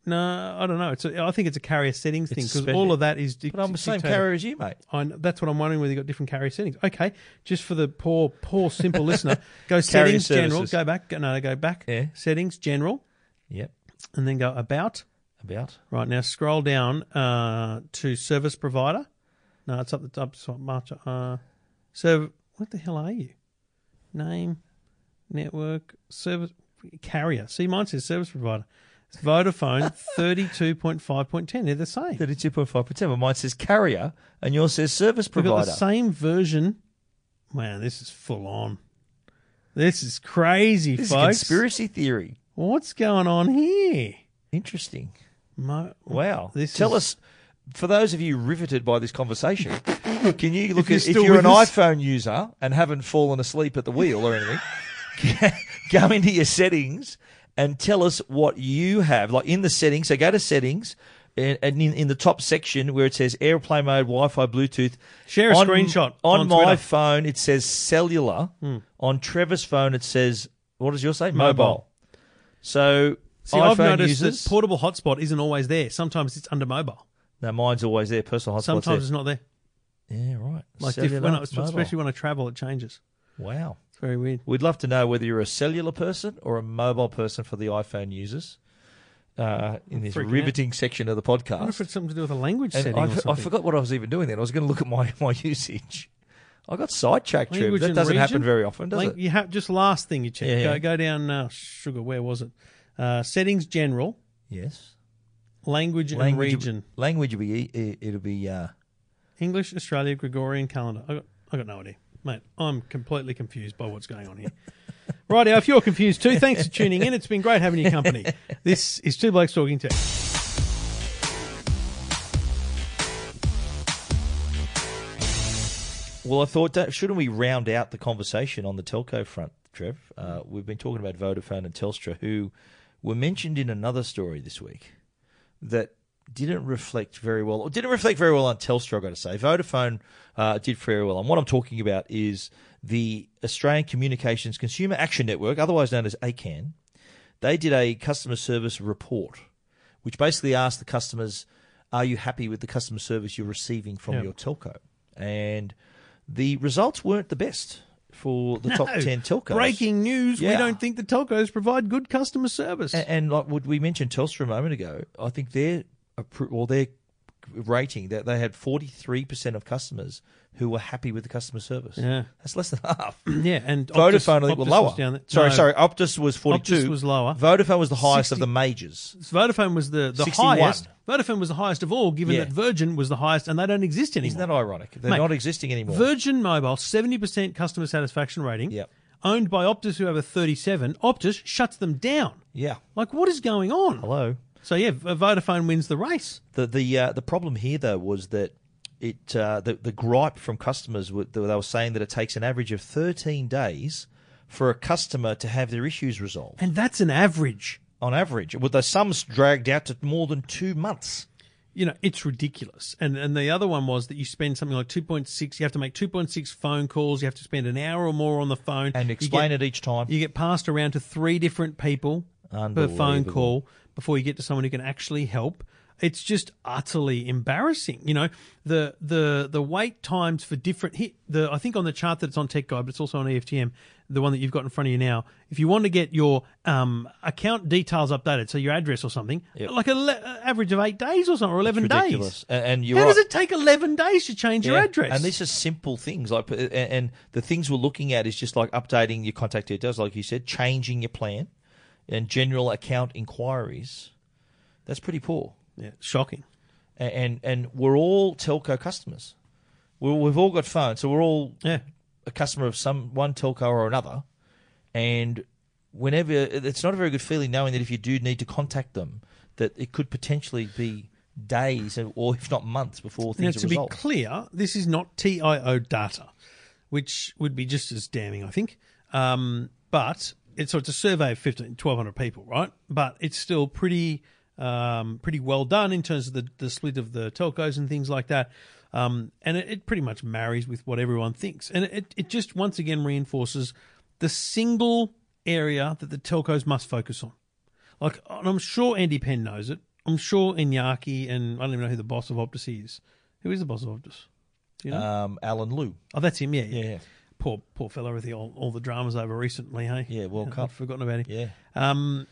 Speaker 2: no, I don't know. It's a, I think it's a carrier settings thing because
Speaker 1: spending.
Speaker 2: all of that is. dic-
Speaker 1: But I'm the same
Speaker 2: dictated.
Speaker 1: carrier as you, mate.
Speaker 2: I know, that's what I'm wondering whether you got different carrier settings. Okay, just for the poor, poor, simple listener,
Speaker 1: Carrier
Speaker 2: go settings general.
Speaker 1: services.
Speaker 2: Go back. Go, no, no, go back.
Speaker 1: Yeah.
Speaker 2: Settings general,
Speaker 1: Yep.
Speaker 2: and then go about.
Speaker 1: About.
Speaker 2: Right now, scroll down uh, to service provider. No, it's up the top. It's up much. Uh, so, what the hell are you? Name, network, service carrier. See, mine says service provider. It's Vodafone thirty-two point five point ten. They're the same.
Speaker 1: 32.5%. But mine says carrier and yours says service
Speaker 2: We've got
Speaker 1: provider.
Speaker 2: the same version. Man, this is full on. This is crazy,
Speaker 1: this is
Speaker 2: folks.
Speaker 1: conspiracy theory.
Speaker 2: What's going on here?
Speaker 1: Interesting.
Speaker 2: Mo-
Speaker 1: Wow.
Speaker 2: This
Speaker 1: Tell us,
Speaker 2: is-
Speaker 1: for those of you riveted by this conversation, can you look
Speaker 2: you're
Speaker 1: at, if
Speaker 2: still
Speaker 1: you're
Speaker 2: with
Speaker 1: an
Speaker 2: us.
Speaker 1: iPhone user and haven't fallen asleep at the wheel or anything, go into your settings and tell us what you have. Like in the settings, so go to settings. And and in, in the top section where it says airplane mode, Wi-Fi, Bluetooth,
Speaker 2: Share a screenshot
Speaker 1: on,
Speaker 2: on
Speaker 1: my
Speaker 2: Twitter. Hmm.
Speaker 1: phone. It says cellular. On Trevor's phone, it says what does yours say? Mobile. So
Speaker 2: See,
Speaker 1: iPhone
Speaker 2: I've noticed
Speaker 1: users,
Speaker 2: that portable hotspot isn't always there. Sometimes it's under mobile.
Speaker 1: no, mine's always there. Personal hotspot.
Speaker 2: Sometimes it's not there.
Speaker 1: Yeah, right.
Speaker 2: Like if,
Speaker 1: Cellular,
Speaker 2: when I,
Speaker 1: mobile.
Speaker 2: especially when I travel, it changes.
Speaker 1: wow.
Speaker 2: It's very weird.
Speaker 1: We'd love to know whether you're a cellular person or a mobile person for the iPhone users uh, in this
Speaker 2: freaking out.
Speaker 1: riveting section of the
Speaker 2: I wonder if
Speaker 1: podcast.
Speaker 2: it's something to do with a language
Speaker 1: And
Speaker 2: setting
Speaker 1: I,
Speaker 2: or something.
Speaker 1: I forgot what I was even doing then. I was going to look at my, my usage. I got sidetracked, Trev.
Speaker 2: Language
Speaker 1: That
Speaker 2: and
Speaker 1: doesn't
Speaker 2: region?
Speaker 1: happen very often, does
Speaker 2: Link-
Speaker 1: it?
Speaker 2: You have just last thing you check.
Speaker 1: Yeah,
Speaker 2: go,
Speaker 1: yeah.
Speaker 2: go down. Uh, sugar, where was it? Uh, settings general,
Speaker 1: Yes.
Speaker 2: language, and
Speaker 1: Language,
Speaker 2: region.
Speaker 1: language will be, it, it'll be, uh,
Speaker 2: English, Australia, Gregorian calendar. I got, I got no idea, mate. I'm completely confused by what's going on here. Righto, if you're confused too, thanks for tuning in. It's been great having your company. This is Two Blokes Talking Tech.
Speaker 1: well, I thought, don't, shouldn't we round out the conversation on the telco front, Trev? Uh, we've been talking about Vodafone and Telstra, who were mentioned in another story this week. that didn't reflect very well, or didn't reflect very well on Telstra, I've got to say. Vodafone uh, did very well. And what I'm talking about is the Australian Communications Consumer Action Network, otherwise known as ACAN. They did a customer service report, which basically asked the customers, Are you happy with the customer service you're receiving from
Speaker 2: Yeah.
Speaker 1: your telco? And the results weren't the best for the top 10 telcos.
Speaker 2: Breaking news: We
Speaker 1: Yeah.
Speaker 2: don't think the telcos provide good customer service.
Speaker 1: And, and like would we mentioned Telstra a moment ago, I think their appro- well their rating that they had forty three percent of customers who were happy with the customer service.
Speaker 2: Yeah.
Speaker 1: that's less than half.
Speaker 2: yeah, and Optus-
Speaker 1: Vodafone I think were
Speaker 2: Optus was
Speaker 1: lower.
Speaker 2: down there.
Speaker 1: Sorry,
Speaker 2: No,
Speaker 1: sorry, Optus was forty two.
Speaker 2: Optus was lower.
Speaker 1: Vodafone was the highest of
Speaker 2: 60
Speaker 1: the majors.
Speaker 2: Vodafone was the, the
Speaker 1: 61.
Speaker 2: highest. Vodafone was the highest of all, given
Speaker 1: Yeah.
Speaker 2: that Virgin was the highest, and they don't exist anymore.
Speaker 1: Isn't that ironic? They're
Speaker 2: Mate,
Speaker 1: not existing anymore.
Speaker 2: Virgin Mobile, 70% customer satisfaction rating.
Speaker 1: Yep.
Speaker 2: Owned by Optus, who have a 37. Optus shuts them down.
Speaker 1: yeah.
Speaker 2: Like, what is going on?
Speaker 1: Hello.
Speaker 2: So, yeah, V- Vodafone wins the race.
Speaker 1: The the uh, the problem here though was that it uh, the the gripe from customers were, they were saying that it takes an average of thirteen days for a customer to have their issues resolved.
Speaker 2: And that's an average.
Speaker 1: on average, with the sums dragged out to more than two months.
Speaker 2: You know, it's ridiculous. And and the other one was that you spend something like 2.6, you have to make 2.6 phone calls, you have to spend an hour or more on the phone.
Speaker 1: And
Speaker 2: You
Speaker 1: explain
Speaker 2: get-
Speaker 1: it each time.
Speaker 2: You get passed around to three different people per phone
Speaker 1: Unbelievable.
Speaker 2: call before you get to someone who can actually help. It's just utterly embarrassing. You know, the the the wait times for different hit the I think on the chart that it's on Tech Guide, but it's also on E EFTM, the one that you've got in front of you now. If you want to get your um, account details updated, so your address or something, like a le- a average of eight days or something, or eleven
Speaker 1: Ridiculous.
Speaker 2: days.
Speaker 1: And, and you're
Speaker 2: How
Speaker 1: right.
Speaker 2: does it take eleven days to change your
Speaker 1: Yeah.
Speaker 2: address?
Speaker 1: And this is simple things like, and, and the things we're looking at is just like updating your contact details, like you said, changing your plan, and general account inquiries. That's pretty poor.
Speaker 2: yeah, shocking.
Speaker 1: A- And and we're all telco customers. we we've all got phones, so we're all
Speaker 2: Yeah,
Speaker 1: a customer of some one telco or another, and whenever it's not a very good feeling knowing that if you do need to contact them, that it could potentially be days or if not months before
Speaker 2: Now,
Speaker 1: things are
Speaker 2: to be
Speaker 1: resolved.
Speaker 2: clear, this is not TIO data, which would be just as damning, I think. Um, but it's, so it's a survey of 15, 1,200 people, right? But it's still pretty um, pretty well done in terms of the, the split of the telcos and things like that. Um, and it, it pretty much marries with what everyone thinks. And it, it just once again reinforces the single area that the telcos must focus on. Like, and I'm sure Andy Penn knows it. I'm sure Inyaki and I don't even know who the boss of Optus is. Who is the boss of Optus? Do you know?
Speaker 1: Um, Alan Liu.
Speaker 2: oh, that's him. Yeah, yeah.
Speaker 1: yeah.
Speaker 2: Poor, poor fellow with the, all, all the dramas over recently. Hey,
Speaker 1: Yeah, World
Speaker 2: I'd
Speaker 1: Cup.
Speaker 2: Forgotten about him.
Speaker 1: Yeah.
Speaker 2: Um,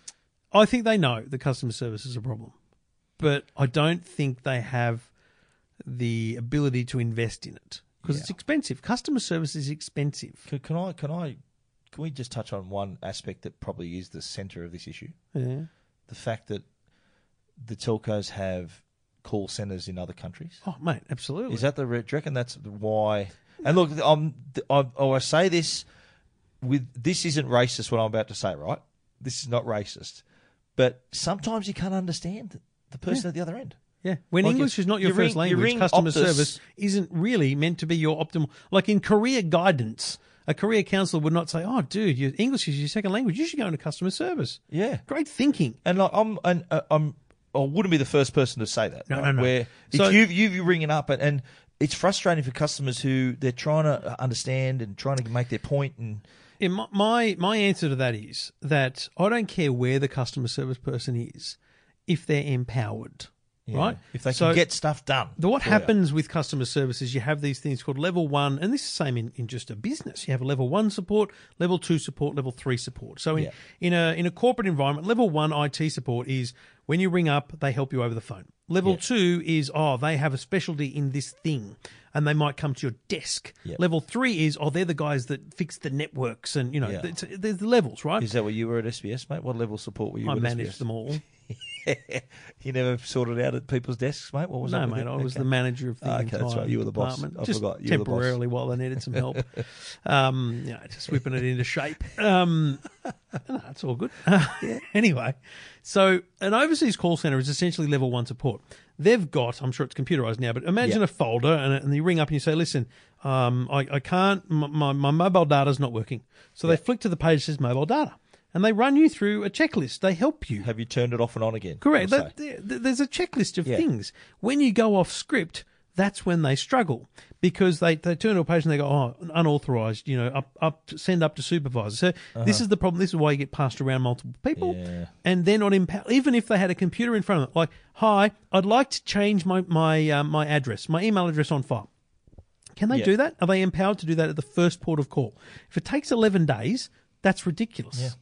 Speaker 2: I think they know that customer service is a problem, but I don't think they have the ability to invest in it because it's expensive. Customer service is expensive.
Speaker 1: Can, can I? Can I? Can we just touch on one aspect that probably is the centre of this issue?
Speaker 2: Yeah.
Speaker 1: The fact that the telcos have call centres in other countries.
Speaker 2: Oh, mate, absolutely.
Speaker 1: Is that the? re- Do you reckon that's the why? And look, I'm, I, oh, I say this with this isn't racist. What I'm about to say, right? This is not racist, but sometimes you can't understand the person at the other end.
Speaker 2: Yeah, when
Speaker 1: Like,
Speaker 2: English
Speaker 1: you-
Speaker 2: is not your
Speaker 1: you
Speaker 2: first
Speaker 1: ring- you
Speaker 2: language,
Speaker 1: ring
Speaker 2: customer
Speaker 1: Optus.
Speaker 2: service isn't really meant to be your optimal. Like in career guidance, a career counselor would not say, "Oh, dude, your English is your second language. You should go into customer service."
Speaker 1: Yeah,
Speaker 2: Great thinking.
Speaker 1: and like I'm, and uh, I'm, I wouldn't be the first person to say that.
Speaker 2: No,
Speaker 1: right?
Speaker 2: no, no.
Speaker 1: Where it's
Speaker 2: So-
Speaker 1: you, you, you ringing up, and, and it's frustrating for customers who they're trying to uh, understand and trying to make their point, and
Speaker 2: In my, my my answer to that is that I don't care where the customer service person is, if they're empowered,
Speaker 1: you
Speaker 2: right?
Speaker 1: know, if they
Speaker 2: So-
Speaker 1: can get stuff done.
Speaker 2: The, what
Speaker 1: for you.
Speaker 2: happens with customer service is you have these things called level one, and this is the same in, in just a business. You have level one support, level two support, level three support. So in,
Speaker 1: Yeah.
Speaker 2: in a in a corporate environment, level one IT support is when you ring up, they help you over the phone. Level two is oh, they have a specialty in this thing, and they might come to your desk.
Speaker 1: Yeah.
Speaker 2: Level three is oh, they're the guys that fix the networks, and you know
Speaker 1: Yeah.
Speaker 2: it's, there's the levels, right?
Speaker 1: Is that where you were at SBS, mate? What level of support were you?
Speaker 2: I
Speaker 1: at
Speaker 2: manage
Speaker 1: SBS?
Speaker 2: them all.
Speaker 1: You never sorted out at people's desks, mate. What was
Speaker 2: No,
Speaker 1: up with
Speaker 2: mate,
Speaker 1: it?
Speaker 2: I was
Speaker 1: Okay.
Speaker 2: the manager of the
Speaker 1: Ah, okay,
Speaker 2: entire
Speaker 1: that's right. You were the boss.
Speaker 2: department,
Speaker 1: I
Speaker 2: just
Speaker 1: forgot. You were the boss.
Speaker 2: temporarily while they needed some help. um, you know, just whipping it into shape. Um, no, it's all good. anyway, so an overseas call center is essentially level one support. They've got, I'm sure it's computerized now, but imagine
Speaker 1: Yeah.
Speaker 2: a folder and, and you ring up and you say, listen, um, I, I can't, my, my, my mobile data's not working. So they flick to the page that says mobile data and they run you through a checklist. They help you.
Speaker 1: Have you turned it off and on again?
Speaker 2: Correct.
Speaker 1: We'll
Speaker 2: That,
Speaker 1: say.
Speaker 2: th- th- there's a checklist of
Speaker 1: Yeah.
Speaker 2: things. When you go off script, that's when they struggle because they, they turn to a page and they go, oh, unauthorized, you know, up, up to, send up to supervisor. So this is the problem. This is why you get passed around multiple people.
Speaker 1: Uh-huh. Yeah.
Speaker 2: And they're not empowered. Even if they had a computer in front of them, like, hi, I'd like to change my, my, uh, my address, my email address on file. Can they
Speaker 1: Yeah.
Speaker 2: do that? Are they empowered to do that at the first port of call? If it takes 11 days, that's ridiculous.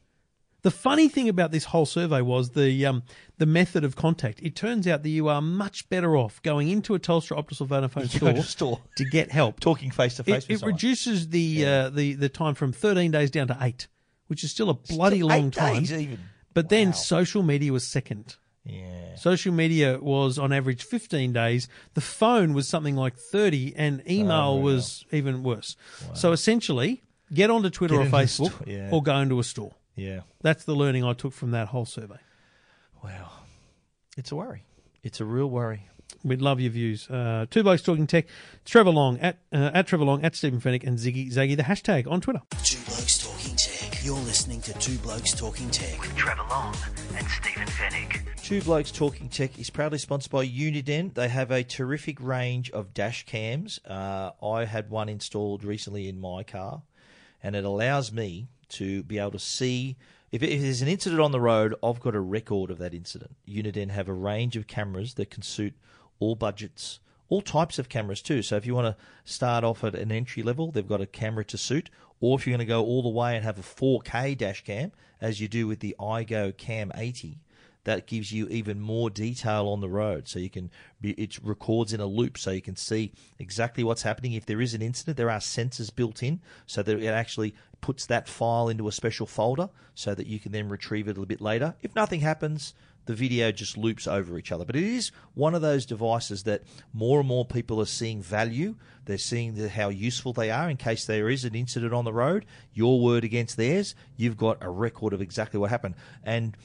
Speaker 2: The funny thing about this whole survey was the um, the method of contact. It turns out that you are much better off going into a Telstra, Optus, or Vodafone
Speaker 1: You go to
Speaker 2: store,
Speaker 1: store.
Speaker 2: to get help.
Speaker 1: Talking face to face
Speaker 2: It,
Speaker 1: with
Speaker 2: it
Speaker 1: someone.
Speaker 2: reduces the uh, the the time from 13 days down to eight, which is still a bloody
Speaker 1: Still
Speaker 2: long
Speaker 1: eight
Speaker 2: time.
Speaker 1: days even.
Speaker 2: But then
Speaker 1: Wow.
Speaker 2: social media was second.
Speaker 1: Yeah.
Speaker 2: Social media was on average 15 days. The phone was something like 30, and
Speaker 1: Oh,
Speaker 2: email was even worse. So essentially, get onto Twitter
Speaker 1: Get
Speaker 2: or
Speaker 1: into the
Speaker 2: Facebook,
Speaker 1: store, yeah.
Speaker 2: or go into a store.
Speaker 1: Yeah.
Speaker 2: That's the learning I took from that whole survey.
Speaker 1: Wow. It's a worry. It's a real worry.
Speaker 2: We'd love your views. Uh, two blokes talking tech. Trevor Long at uh, at Trevor Long at Stephen Fennick and Ziggy Zaggy the hashtag on Twitter.
Speaker 3: Two Blokes Talking Tech. You're listening to Two Blokes Talking Tech. With Trevor Long and Stephen Fennick.
Speaker 1: Two Blokes Talking Tech is proudly sponsored by Uniden. They have a terrific range of dash cams. Uh, I had one installed recently in my car, and it allows me to be able to see if, if there's an incident on the road, I've got a record of that incident. Uniden have a range of cameras that can suit all budgets, all types of cameras too. So if you want to start off at an entry level, they've got a camera to suit. Or if you're going to go all the way and have a 4K dash cam, as you do with the iGo Cam 80, that gives you even more detail on the road so you can be, it records in a loop so you can see exactly what's happening if there is an incident there are sensors built in so that it actually puts that file into a special folder so that you can then retrieve it a little bit later if nothing happens the video just loops over each other but it is one of those devices that more and more people are seeing value they're seeing the, how useful they are in case there is an incident on the road your word against theirs you've got a record of exactly what happened and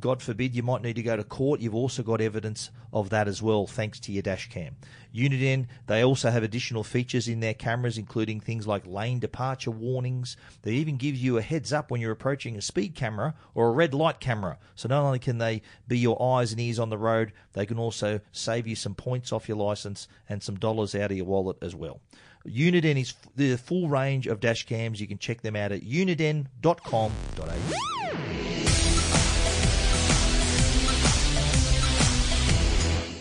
Speaker 1: God forbid you might need to go to court. You've also got evidence of that as well, thanks to your dash cam. Uniden, they also have additional features in their cameras, including things like lane departure warnings. They even give you a heads up when you're approaching a speed camera or a red light camera. So not only can they be your eyes and ears on the road, they can also save you some points off your license and some dollars out of your wallet as well. Uniden is f- the full range of dash cams. You can check them out at uniden.com.au.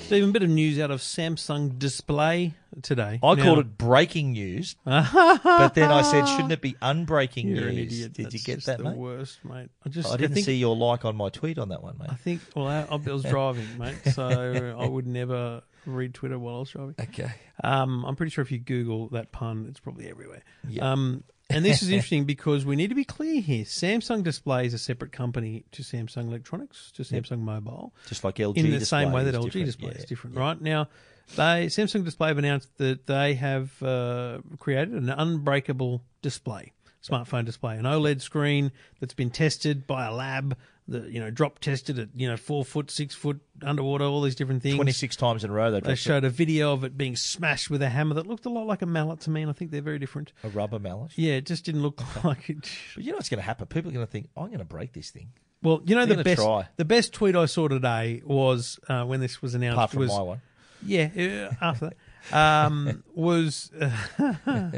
Speaker 2: Stephen, a bit of news out of Samsung Display today.
Speaker 1: I
Speaker 2: Now-
Speaker 1: called it breaking news, but then I said, shouldn't it be unbreaking
Speaker 2: You're an
Speaker 1: news?
Speaker 2: idiot.
Speaker 1: Did you
Speaker 2: That's
Speaker 1: get
Speaker 2: just
Speaker 1: that,
Speaker 2: the
Speaker 1: mate? Oh,
Speaker 2: worst, mate. I just
Speaker 1: I
Speaker 2: I
Speaker 1: didn't
Speaker 2: think,
Speaker 1: see your like on my tweet on that one,
Speaker 2: I
Speaker 1: mate.
Speaker 2: think. Well, I, I was driving, mate, so I would never read Twitter while I was driving.
Speaker 1: Okay.
Speaker 2: Um, I'm pretty sure if you Google that pun, it's probably everywhere.
Speaker 1: Yeah.
Speaker 2: Um, and this is interesting because we need to be clear here. Samsung Display is a separate company to Samsung Electronics, to Samsung Mobile,
Speaker 1: Just like LG.
Speaker 2: in the
Speaker 1: display
Speaker 2: same way that
Speaker 1: is
Speaker 2: LG
Speaker 1: different.
Speaker 2: Display
Speaker 1: Yeah.
Speaker 2: is different, right? Now, they Samsung Display have announced that they have uh, created an unbreakable display, smartphone display, an OLED screen that's been tested by a lab. That, you know, drop tested at you know four foot, six foot underwater, all these different things.
Speaker 1: 26 times in a row they
Speaker 2: They
Speaker 1: dropped
Speaker 2: showed a video of it being smashed with a hammer that looked a lot like a mallet to me, and I think they're very different.
Speaker 1: a rubber mallet.
Speaker 2: Yeah, it just didn't look like it.
Speaker 1: But you know what's going to happen? People are going to think, I'm going to break this thing.
Speaker 2: Well, you know
Speaker 1: They're
Speaker 2: the
Speaker 1: gonna
Speaker 2: best
Speaker 1: try.
Speaker 2: the best tweet I saw today was uh, when this was announced.
Speaker 1: Apart from
Speaker 2: was,
Speaker 1: my one.
Speaker 2: Yeah, uh, after that um, was uh,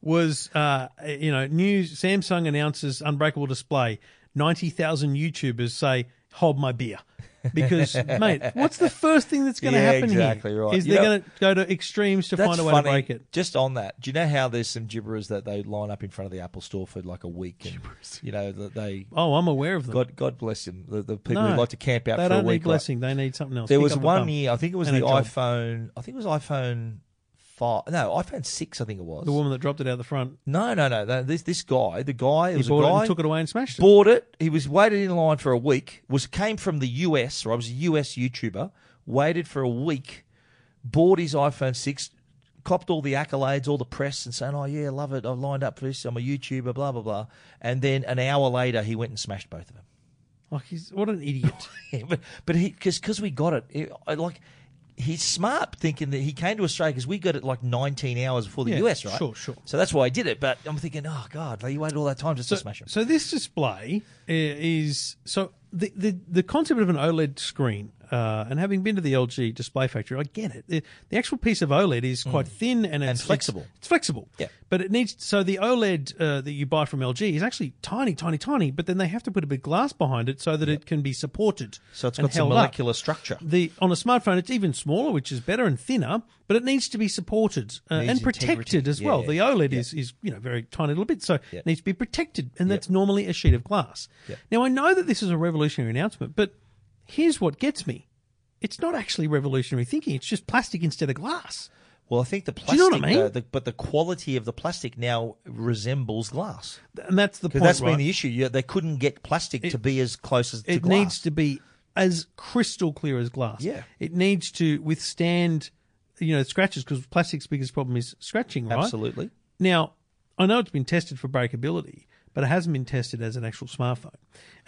Speaker 2: was uh, you know new Samsung announces unbreakable display. Ninety thousand YouTubers say, "Hold my beer." because mate, what's the first thing that's going to
Speaker 1: Yeah,
Speaker 2: happen
Speaker 1: exactly
Speaker 2: here?
Speaker 1: right.
Speaker 2: Is
Speaker 1: You
Speaker 2: they're
Speaker 1: know,
Speaker 2: going to go to extremes to
Speaker 1: That's
Speaker 2: find a way
Speaker 1: funny.
Speaker 2: to break it?
Speaker 1: Just on that, do you know how there's some gibberers that they line up in front of the Apple store for like a week? And, you know, that they.
Speaker 2: Oh, I'm aware of them.
Speaker 1: God, God bless them. The, the people
Speaker 2: No.
Speaker 1: who like to camp out
Speaker 2: they
Speaker 1: for
Speaker 2: don't
Speaker 1: a week.
Speaker 2: need
Speaker 1: like-
Speaker 2: blessing. They need something else.
Speaker 1: There
Speaker 2: Pick
Speaker 1: was
Speaker 2: up the
Speaker 1: one
Speaker 2: bum.
Speaker 1: year, I think it was
Speaker 2: And
Speaker 1: the
Speaker 2: a job.
Speaker 1: iPhone. I think it was iPhone five. No, iPhone six. I think it was.
Speaker 2: The woman that dropped it out the front,
Speaker 1: No, no, no. that- This this guy, the guy, it
Speaker 2: he
Speaker 1: was
Speaker 2: bought
Speaker 1: a
Speaker 2: it
Speaker 1: guy
Speaker 2: and took it away and smashed it.
Speaker 1: bought it. He was waited in line for a week. Was came from the US, or I was a US YouTuber. Waited for a week, bought his iPhone six, copped all the accolades, all the press, and saying, "Oh yeah, love it. I've lined up for this. I'm a YouTuber." Blah blah blah. And then an hour later, he went and smashed both of them.
Speaker 2: Like he's what an idiot.
Speaker 1: Yeah, but but because because we got it, it- I like he's smart thinking that he came to Australia because we got it like 19 hours before the
Speaker 2: Yeah,
Speaker 1: US, right?
Speaker 2: sure, sure.
Speaker 1: So that's why I did it. But I'm thinking, oh god, you waited all that time just to smash him.
Speaker 2: So this display i- is so the the, the concept of an OLED screen. Uh, and having been to the LG display factory, I get it. The, the actual piece of OLED is quite thin and it's
Speaker 1: Mm. flexible.
Speaker 2: It's, it's flexible.
Speaker 1: Yeah.
Speaker 2: But it needs so the OLED uh, that you buy from LG is actually tiny, tiny, tiny. But then they have to put a bit of glass behind it so that it can be supported.
Speaker 1: So it's
Speaker 2: and
Speaker 1: got some
Speaker 2: held up.
Speaker 1: molecular structure.
Speaker 2: the on a smartphone it's even smaller which is better and thinner but it needs to be supported uh,
Speaker 1: Needs
Speaker 2: and protected
Speaker 1: integrity.
Speaker 2: as well
Speaker 1: Yeah,
Speaker 2: the oled is, is you know very tiny little bit so
Speaker 1: Yeah.
Speaker 2: it needs to be protected and that's normally a sheet of glass
Speaker 1: Yeah.
Speaker 2: now i know that this is a revolutionary announcement but here's what gets me it's not actually revolutionary thinking it's just plastic instead of glass
Speaker 1: Well, I think the plastic,
Speaker 2: you know what I mean?
Speaker 1: though, the, but the quality of the plastic now resembles glass.
Speaker 2: and that's the point
Speaker 1: Because that's
Speaker 2: right?
Speaker 1: been the issue. Yeah, they couldn't get plastic to be as close as to
Speaker 2: it
Speaker 1: glass.
Speaker 2: needs to be as crystal clear as glass.
Speaker 1: Yeah.
Speaker 2: It needs to withstand, you know, scratches because plastic's biggest problem is scratching, right?
Speaker 1: Absolutely.
Speaker 2: Now, I know it's been tested for breakability, but it hasn't been tested as an actual smartphone.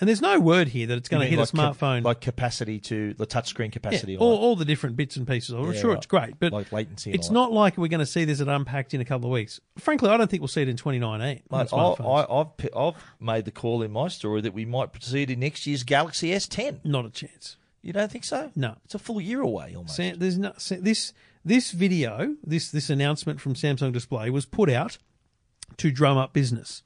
Speaker 2: And there's no word here that it's going to
Speaker 1: You mean
Speaker 2: hit a
Speaker 1: like ca-
Speaker 2: smartphone.
Speaker 1: like capacity to the touchscreen capacity.
Speaker 2: yeah,
Speaker 1: and all
Speaker 2: all,
Speaker 1: that.
Speaker 2: all the different bits and pieces. I'm
Speaker 1: Yeah,
Speaker 2: sure it's
Speaker 1: right.
Speaker 2: great, but
Speaker 1: Like latency and
Speaker 2: It's
Speaker 1: all
Speaker 2: not like we're going to see this at Unpacked in a couple of weeks. Frankly, I don't think we'll see it in 2019. on
Speaker 1: Mate, I,
Speaker 2: smartphones.
Speaker 1: I, I've pi- I've made the call in my story that we might proceed in next year's Galaxy S10.
Speaker 2: not a chance.
Speaker 1: You don't think so?
Speaker 2: No.
Speaker 1: it's a full year away almost.
Speaker 2: Sam, there's no, Sa- this this video this this announcement from Samsung Display was put out to drum up business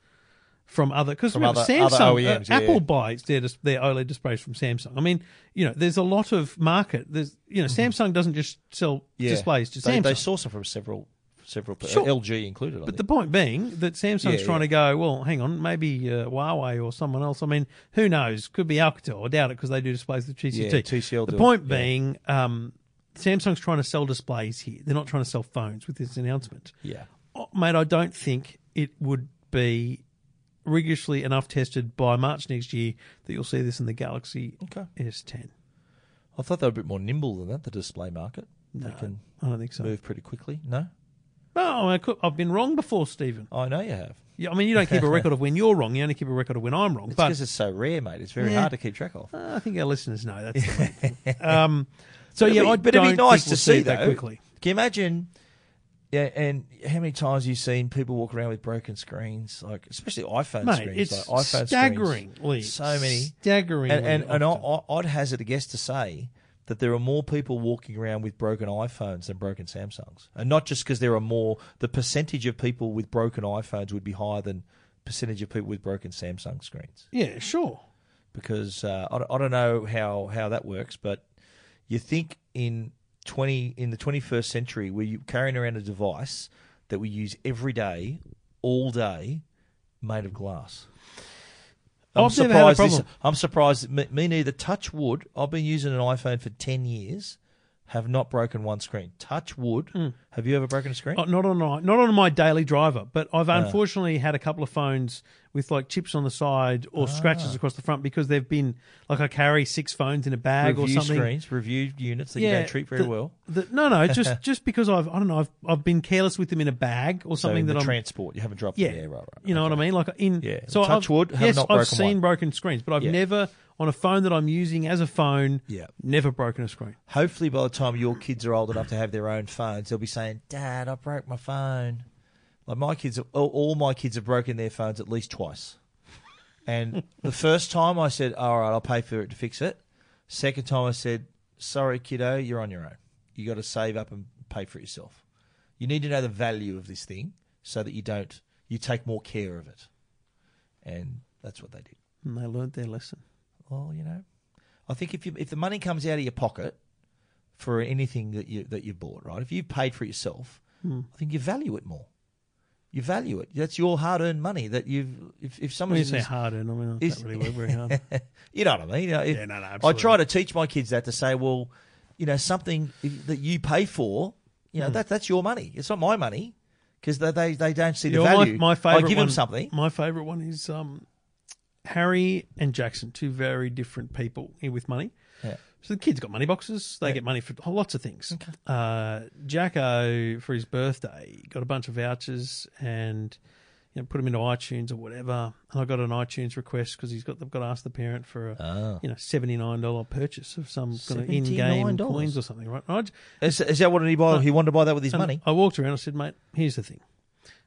Speaker 2: from other because remember
Speaker 1: other-
Speaker 2: Samsung
Speaker 1: other OEMs,
Speaker 2: uh,
Speaker 1: yeah.
Speaker 2: Apple buys their dis- their OLED E displays from Samsung. I mean, you know, there's a lot of market. There's you know, Samsung doesn't just sell
Speaker 1: Mm-hmm. Yeah.
Speaker 2: displays to
Speaker 1: they,
Speaker 2: Samsung.
Speaker 1: they source them from several several uh,
Speaker 2: Sure.
Speaker 1: LG included. I
Speaker 2: but
Speaker 1: think.
Speaker 2: the point being that Samsung's
Speaker 1: Yeah,
Speaker 2: trying to go, well, hang on, maybe uh, Huawei or someone else. I mean, who knows? Could be Alcatel. I doubt it because they do displays with TCT.
Speaker 1: Yeah, TCL
Speaker 2: the
Speaker 1: do it,
Speaker 2: point
Speaker 1: yeah.
Speaker 2: being, um, Samsung's trying to sell displays here. They're not trying to sell phones with this announcement.
Speaker 1: yeah,
Speaker 2: Oh, mate, I don't think it would be rigorously enough tested by March next year that you'll see this in the Galaxy
Speaker 1: Okay.
Speaker 2: S10.
Speaker 1: I thought they were a bit more nimble than that. The display market, they can
Speaker 2: I don't think so.
Speaker 1: move pretty quickly. No,
Speaker 2: No, I could, I've been wrong before, Stephen.
Speaker 1: I know you have.
Speaker 2: Yeah, I mean, you don't keep a record of when you're wrong. You only keep a record of when I'm wrong.
Speaker 1: It's
Speaker 2: but
Speaker 1: because it's so rare, mate. It's very
Speaker 2: Yeah.
Speaker 1: hard to keep track of.
Speaker 2: Uh, I think our listeners know that's. the main thing. Um, so yeah,
Speaker 1: it'd be,
Speaker 2: I
Speaker 1: but it'd be
Speaker 2: don't
Speaker 1: nice
Speaker 2: think
Speaker 1: to
Speaker 2: we'll
Speaker 1: see
Speaker 2: it that
Speaker 1: though.
Speaker 2: quickly.
Speaker 1: Can you imagine? Yeah, and how many times you've seen people walk around with broken screens, like especially iPhone
Speaker 2: Mate,
Speaker 1: screens,
Speaker 2: it's
Speaker 1: like iPhone
Speaker 2: staggeringly
Speaker 1: screens, so many,
Speaker 2: staggeringly
Speaker 1: and and, and I,
Speaker 2: often.
Speaker 1: I, I'd hazard a guess to say that there are more people walking around with broken iPhones than broken Samsungs, and not just because there are more. The percentage of people with broken iPhones would be higher than percentage of people with broken Samsung screens
Speaker 2: Yeah, sure.
Speaker 1: because uh, I, don't- I don't know how, how that works, but you think in twenty in the twenty first century, we're you- carrying around a device that we use every day, all day, made of glass.
Speaker 2: I've never had a
Speaker 1: this-
Speaker 2: problem.
Speaker 1: I'm surprised. Me, me neither. Touch wood. I've been using an iPhone for ten years. Have not broken one screen. Touch wood.
Speaker 2: Hmm.
Speaker 1: Have you ever broken a screen?
Speaker 2: Uh, Not on my, not on my daily driver, but I've
Speaker 1: Uh.
Speaker 2: unfortunately had a couple of phones with like chips on the side
Speaker 1: Ah.
Speaker 2: or scratches across the front because they've been like I carry six phones in a bag
Speaker 1: review
Speaker 2: or something.
Speaker 1: screens, review units that you don't treat very
Speaker 2: the-
Speaker 1: well.
Speaker 2: the- no, no, just just because I've I don't know I've I've been careless with them in a bag or
Speaker 1: So
Speaker 2: something
Speaker 1: in
Speaker 2: that
Speaker 1: the
Speaker 2: I'm
Speaker 1: transport, you haven't dropped.
Speaker 2: yeah,
Speaker 1: them. yeah right, right.
Speaker 2: you know what I mean like in
Speaker 1: Yeah,
Speaker 2: so
Speaker 1: touch
Speaker 2: I've,
Speaker 1: wood, have
Speaker 2: yes
Speaker 1: not
Speaker 2: I've
Speaker 1: broken
Speaker 2: seen
Speaker 1: one.
Speaker 2: broken screens but I've
Speaker 1: Yeah.
Speaker 2: never on a phone that I'm using as a phone
Speaker 1: Yeah.
Speaker 2: never broken a screen
Speaker 1: Hopefully, by the time your kids are old enough to have their own phones, they'll be saying, "Dad, I broke my phone." Like my kids, all, all my kids have broken their phones at least twice. And the first time I said, "All right, I'll pay for it to fix it." Second time I said, "Sorry, kiddo, you're on your own. You got to save up and pay for it yourself. You need to know the value of this thing so that you don't you take more care of it." And that's what they did.
Speaker 2: and they learnt their lesson
Speaker 1: Well, you know, I think if you if the money comes out of your pocket for anything that you that you bought, right? If you paid for it yourself,
Speaker 2: Hmm.
Speaker 1: I think you value it more. You value it. That's your hard earned money that you've. If if
Speaker 2: when
Speaker 1: someone
Speaker 2: you say hard earned I mean I
Speaker 1: is-
Speaker 2: don't really work very hard
Speaker 1: you know what I mean. You know, if-
Speaker 2: Yeah, no, no,
Speaker 1: I
Speaker 2: absolutely.
Speaker 1: try to teach my kids that to say, well, you know, something if- that you pay for, you
Speaker 2: Hmm.
Speaker 1: know, that that's your money. It's not my money because they, they they don't see the
Speaker 2: You know,
Speaker 1: value.
Speaker 2: My, my favorite
Speaker 1: I give
Speaker 2: one, Hmm.
Speaker 1: them something.
Speaker 2: My favorite one is um, Harry and Jackson, two very different people here with money.
Speaker 1: Yeah.
Speaker 2: So the kids got money boxes. They get money for lots of things. Uh, Jacko for his birthday got a bunch of vouchers and you know put them into iTunes or whatever. And I got an iTunes request because he's got they've got to ask the parent for
Speaker 1: Uh.
Speaker 2: a
Speaker 1: Ah.
Speaker 2: you know seventy nine dollar purchase of some kind of in game
Speaker 1: $79.
Speaker 2: coins or something, right? And I j-
Speaker 1: Is, is that what he bought? He wanted to buy that with his
Speaker 2: and
Speaker 1: money.
Speaker 2: I walked around. I said, mate, here's the thing.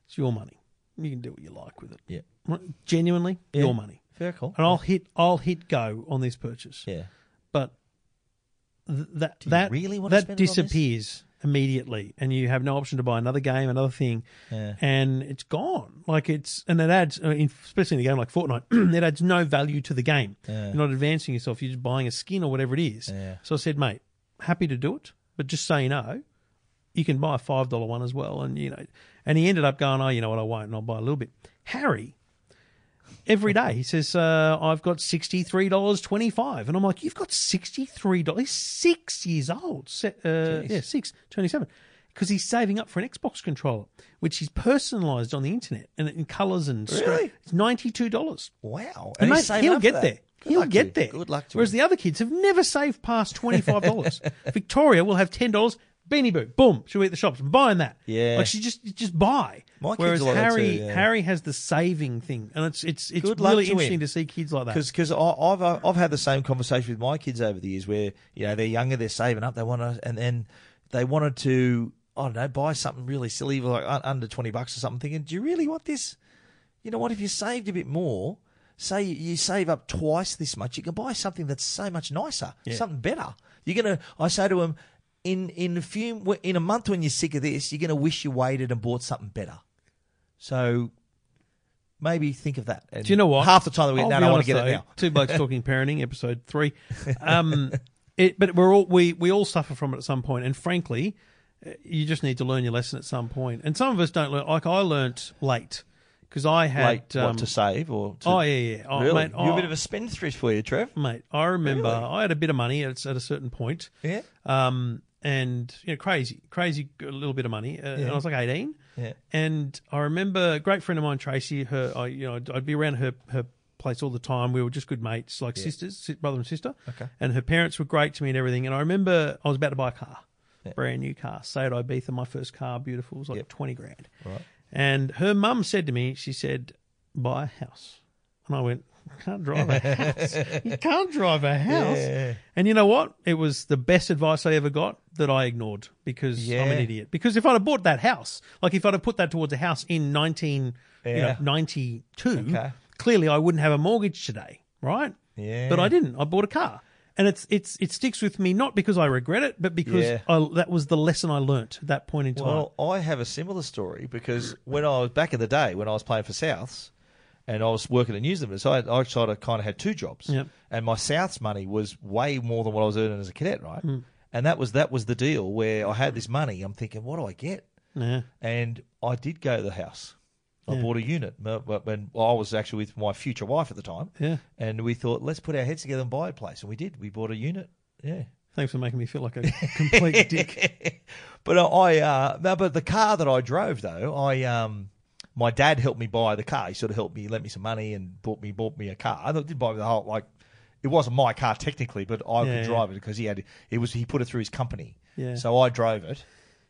Speaker 2: It's your money. You can do what you like with it.
Speaker 1: Yeah,
Speaker 2: Right? Genuinely,
Speaker 1: Yeah.
Speaker 2: your money.
Speaker 1: very cool.
Speaker 2: And I'll hit, I'll hit go on this purchase.
Speaker 1: Yeah.
Speaker 2: But th- that
Speaker 1: you
Speaker 2: that
Speaker 1: really want to
Speaker 2: that
Speaker 1: spend it on this?
Speaker 2: disappears immediately, and you have no option to buy another game, another thing,
Speaker 1: Yeah.
Speaker 2: and it's gone. Like it's and it adds, I mean, especially in a game like Fortnite, it adds no value to the game.
Speaker 1: Yeah.
Speaker 2: You're not advancing yourself. You're just buying a skin or whatever it is.
Speaker 1: Yeah.
Speaker 2: So I said, mate, happy to do it, but just say no you can buy a five dollar one as well, and you know, and he ended up going, oh, you know what, I won't, and I'll buy a little bit. Harry, every day he says, uh, I've got sixty three dollars twenty five, and I'm like, you've got sixty three dollars. He's six years old, se- uh, yeah, six, 27. because he's saving up for an Xbox controller, which he's personalised on the internet and in colours and stra-
Speaker 1: Really?
Speaker 2: it's ninety two dollars.
Speaker 1: Wow.
Speaker 2: And
Speaker 1: he's
Speaker 2: mate,
Speaker 1: saving
Speaker 2: he'll
Speaker 1: up
Speaker 2: get
Speaker 1: for that.
Speaker 2: there.
Speaker 1: Good
Speaker 2: he'll
Speaker 1: luck to
Speaker 2: get
Speaker 1: you.
Speaker 2: there.
Speaker 1: Good luck to
Speaker 2: Whereas
Speaker 1: him.
Speaker 2: the other kids have never saved past twenty five dollars. Victoria will have ten dollars. Beanie Boo, boom, she'll eat the shops. I'm buying that.
Speaker 1: Yeah.
Speaker 2: like she just just buy.
Speaker 1: My kids
Speaker 2: Whereas
Speaker 1: are like that
Speaker 2: Harry
Speaker 1: too, yeah.
Speaker 2: Harry has the saving thing, and it's it's it's
Speaker 1: Good luck
Speaker 2: really
Speaker 1: to
Speaker 2: interesting
Speaker 1: him.
Speaker 2: to see kids like that.
Speaker 1: Because because I've uh, I've had the same conversation with my kids over the years where you know they're younger, they're saving up, they want to, and then they wanted to I don't know buy something really silly like un- under twenty bucks or something. Thinking, do you really want this? You know what? If you saved a bit more, say you- you save up twice this much, you can buy something that's so much nicer, something better. You're gonna. I say to them, in in a few in a month when you're sick of this, you're gonna wish you waited and bought something better. So. Maybe think of that. And
Speaker 2: Do you know what?
Speaker 1: Half the time that we
Speaker 2: I'll
Speaker 1: no,
Speaker 2: be
Speaker 1: no, I want to
Speaker 2: honest
Speaker 1: get
Speaker 2: though,
Speaker 1: it now.
Speaker 2: Two blokes talking parenting, episode three. Um, it, but we're all we we all suffer from it at some point, and frankly, uh, you just need to learn your lesson at some point. And some of us don't learn. Like I learnt late because I had
Speaker 1: like
Speaker 2: um,
Speaker 1: what to save or to,
Speaker 2: oh yeah yeah oh,
Speaker 1: really
Speaker 2: mate,
Speaker 1: you're a
Speaker 2: oh,
Speaker 1: bit of a spendthrift for you Trev
Speaker 2: mate. I remember I had a bit of money at, at a certain point.
Speaker 1: yeah
Speaker 2: Um, and you know, crazy, crazy, a little bit of money. Uh, And I was like eighteen.
Speaker 1: Yeah.
Speaker 2: And I remember a great friend of mine, Tracy. Her, I, you know, I'd, I'd be around her her place all the time. We were just good mates, like sisters, si- brother and sister.
Speaker 1: Okay.
Speaker 2: And her parents were great to me and everything. And I remember I was about to buy a car. brand new car. Seat Ibiza, my first car, beautiful. It was like
Speaker 1: Yep.
Speaker 2: 20 grand.
Speaker 1: Right.
Speaker 2: And her mum said to me, she said, buy a house. And I went, I can't drive a house. you can't drive a house.
Speaker 1: Yeah.
Speaker 2: And you know what? It was the best advice I ever got that I ignored because I'm an
Speaker 1: Yeah.
Speaker 2: idiot. Because if I'd have bought that house, like if I'd have put that towards a house in 1992,
Speaker 1: Yeah.
Speaker 2: ninety two,
Speaker 1: Okay.
Speaker 2: clearly I wouldn't have a mortgage today, right?
Speaker 1: Yeah.
Speaker 2: But I didn't. I bought a car. And it's it's it sticks with me not because I regret it, but because
Speaker 1: Yeah.
Speaker 2: I, that was the lesson I learnt at that point in time.
Speaker 1: Well, I have a similar story because when I was back in the day when I was playing for Souths and I was working at Newslanders, I, I sort of kind of had two jobs.
Speaker 2: Yep.
Speaker 1: And my Souths money was way more than what I was earning as a cadet, right? And that was that was the deal where I had this money. I'm thinking, what do I get?
Speaker 2: yeah.
Speaker 1: And I did go to the house. I bought a unit m- m- when I was actually with my future wife at the time.
Speaker 2: Yeah.
Speaker 1: And we thought, let's put our heads together and buy a place. And we did. We bought a unit. Yeah.
Speaker 2: Thanks for making me feel like a complete dick.
Speaker 1: but I, uh, no, but the car that I drove though, I, um, my dad helped me buy the car. He sort of helped me, lent me some money, and bought me bought me a car. I didn't buy me the whole like, it wasn't my car technically, but I
Speaker 2: Yeah,
Speaker 1: could
Speaker 2: yeah.
Speaker 1: drive it because he had it was he put it through his company.
Speaker 2: Yeah.
Speaker 1: So I drove it.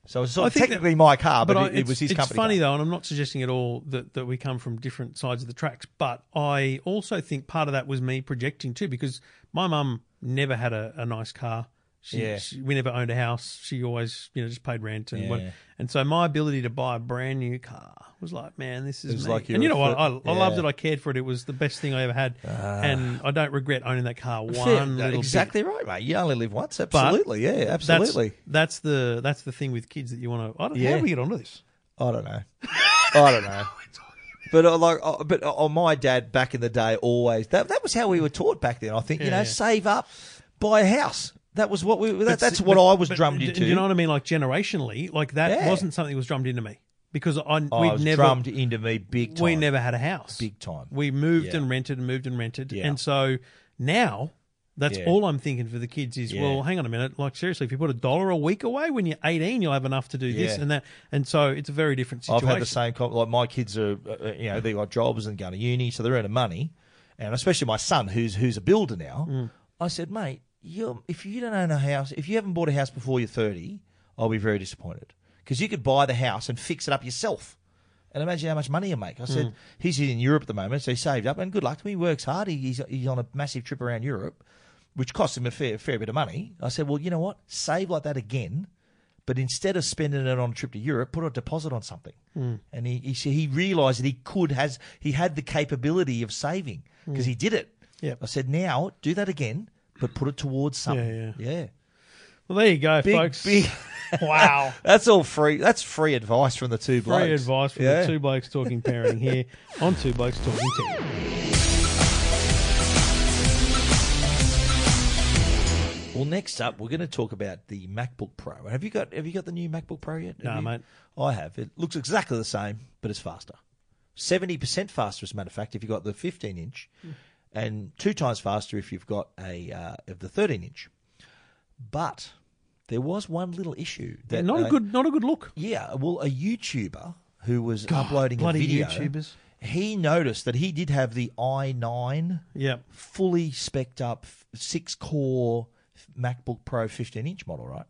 Speaker 1: So it's
Speaker 2: I
Speaker 1: sort of
Speaker 2: think that-
Speaker 1: technically my car, but,
Speaker 2: I-
Speaker 1: it, it was his
Speaker 2: it's
Speaker 1: company.
Speaker 2: funny
Speaker 1: car.
Speaker 2: though, and I'm not suggesting at all that, that we come from different sides of the tracks. But I also think part of that was me projecting too, because my mum never had a, a nice car. She,
Speaker 1: Yeah.
Speaker 2: she- we never owned a house. She always, you know, just paid rent and what,
Speaker 1: Yeah.
Speaker 2: and so my ability to buy a brand new car was like, man, this is
Speaker 1: was
Speaker 2: me.
Speaker 1: like you
Speaker 2: and you
Speaker 1: were
Speaker 2: know what? I,
Speaker 1: fit-
Speaker 2: I loved
Speaker 1: yeah. Ah.
Speaker 2: it. I cared for it. It was the best thing I ever had, and I don't regret owning that car one
Speaker 1: Fair-
Speaker 2: little bit.
Speaker 1: exactly right, mate. You only live once. Absolutely, yeah,
Speaker 2: That's-
Speaker 1: absolutely.
Speaker 2: That's, the that's the thing with kids that you want to. I don't. How
Speaker 1: Yeah.
Speaker 2: do we get onto this?
Speaker 1: I don't know. I don't know. But uh, like, uh, but uh, uh, my dad back in the day always that that was how we were taught back then. I think you
Speaker 2: Yeah,
Speaker 1: know,
Speaker 2: yeah.
Speaker 1: see, save up, buy a house. That was what we. That,
Speaker 2: But
Speaker 1: that's
Speaker 2: see-
Speaker 1: what
Speaker 2: but-
Speaker 1: I was
Speaker 2: but
Speaker 1: drummed
Speaker 2: d-
Speaker 1: into.
Speaker 2: You know what I mean? Like generationally, like that
Speaker 1: Yeah. Oh,
Speaker 2: wasn't something that was drummed into me because I
Speaker 1: I
Speaker 2: we
Speaker 1: was
Speaker 2: never
Speaker 1: drummed into me big time.
Speaker 2: we never had a house.
Speaker 1: big time.
Speaker 2: We moved
Speaker 1: Yeah.
Speaker 2: and rented and moved and rented,
Speaker 1: Yeah.
Speaker 2: and so now that's
Speaker 1: Yeah.
Speaker 2: all I'm thinking for the kids is
Speaker 1: Yeah.
Speaker 2: well, hang on a minute. Like seriously, if you put a dollar a week away when you're 18, you'll have enough to do this
Speaker 1: Yeah.
Speaker 2: and that, and so it's a very different
Speaker 1: I've
Speaker 2: situation.
Speaker 1: had the same com- like my kids are uh, uh, you know they got jobs and going to uni, so they're earning money, and especially my son who's who's a builder now. I said, mate, you if you don't own a house, if you haven't bought a house before you're thirty, I'll be very disappointed because you could buy the house and fix it up yourself. And imagine how much money you make. I said, he's in Europe at the moment, so he saved up, and good luck to him. He works hard. He, he's, he's on a massive trip around Europe, which costs him a fair, fair bit of money. I said, well, you know what? Save like that again, but instead of spending it on a trip to Europe, put a deposit on something.
Speaker 2: Hmm.
Speaker 1: And he, he said he realised that he could has he had the capability of saving because he did it.
Speaker 2: Hmm. Yep.
Speaker 1: I said, now do that again, but put it towards
Speaker 2: yeah.
Speaker 1: something. Yeah,
Speaker 2: well, there you go,
Speaker 1: Big,
Speaker 2: folks.
Speaker 1: big.
Speaker 2: wow.
Speaker 1: That's all free. That's free advice from the two blokes.
Speaker 2: Free advice from
Speaker 1: Yeah.
Speaker 2: the two blokes talking parenting here on Two Blokes Talking Tech.
Speaker 1: Well, next up, we're going to talk about the MacBook Pro. Have you got Have you got the new MacBook Pro yet? Have
Speaker 2: No,
Speaker 1: you?
Speaker 2: mate.
Speaker 1: I have. It looks exactly the same, but it's faster. Seventy percent faster, as a matter of fact, if you've got the fifteen inch,
Speaker 2: Mm.
Speaker 1: and two times faster if you've got a uh, of the thirteen inch. But there was one little issue that
Speaker 2: Not a
Speaker 1: uh,
Speaker 2: good, not a good look.
Speaker 1: Yeah, well, a YouTuber who was uploading a
Speaker 2: bloody
Speaker 1: video,
Speaker 2: YouTubers.
Speaker 1: he noticed that he did have the i9
Speaker 2: Yeah.
Speaker 1: fully specced up f- six core MacBook Pro 15 inch model, right?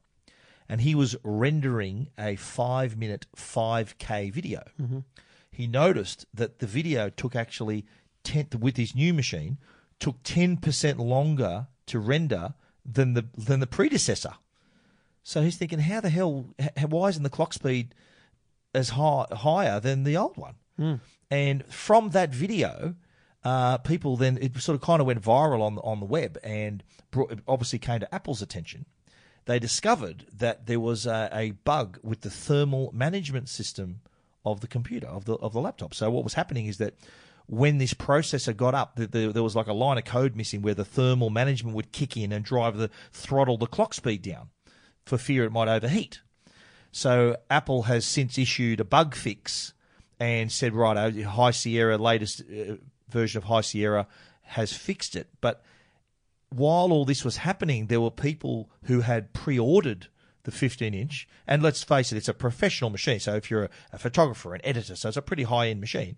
Speaker 1: And he was rendering a five minute 5K video. He noticed that the video took actually 10, with his new machine took 10% longer to render than the than the predecessor. So he's thinking, how the hell? h- Why isn't the clock speed as high higher than the old one? And from that video, uh, people then it sort of kind of went viral on on the web, and brought, it obviously came to Apple's attention. They discovered that there was a, a bug with the thermal management system of the computer of the of the laptop. So what was happening is that when this processor got up, th the, there was like a line of code missing where the thermal management would kick in and drive the throttle the clock speed down for fear it might overheat. So Apple has since issued a bug fix and said, right, High Sierra, latest uh, version of High Sierra has fixed it. But while all this was happening, there were people who had pre-ordered the 15 inch, and let's face it, it's a professional machine. So if you're a, a photographer, an editor, so it's a pretty high-end
Speaker 2: Mm.
Speaker 1: machine.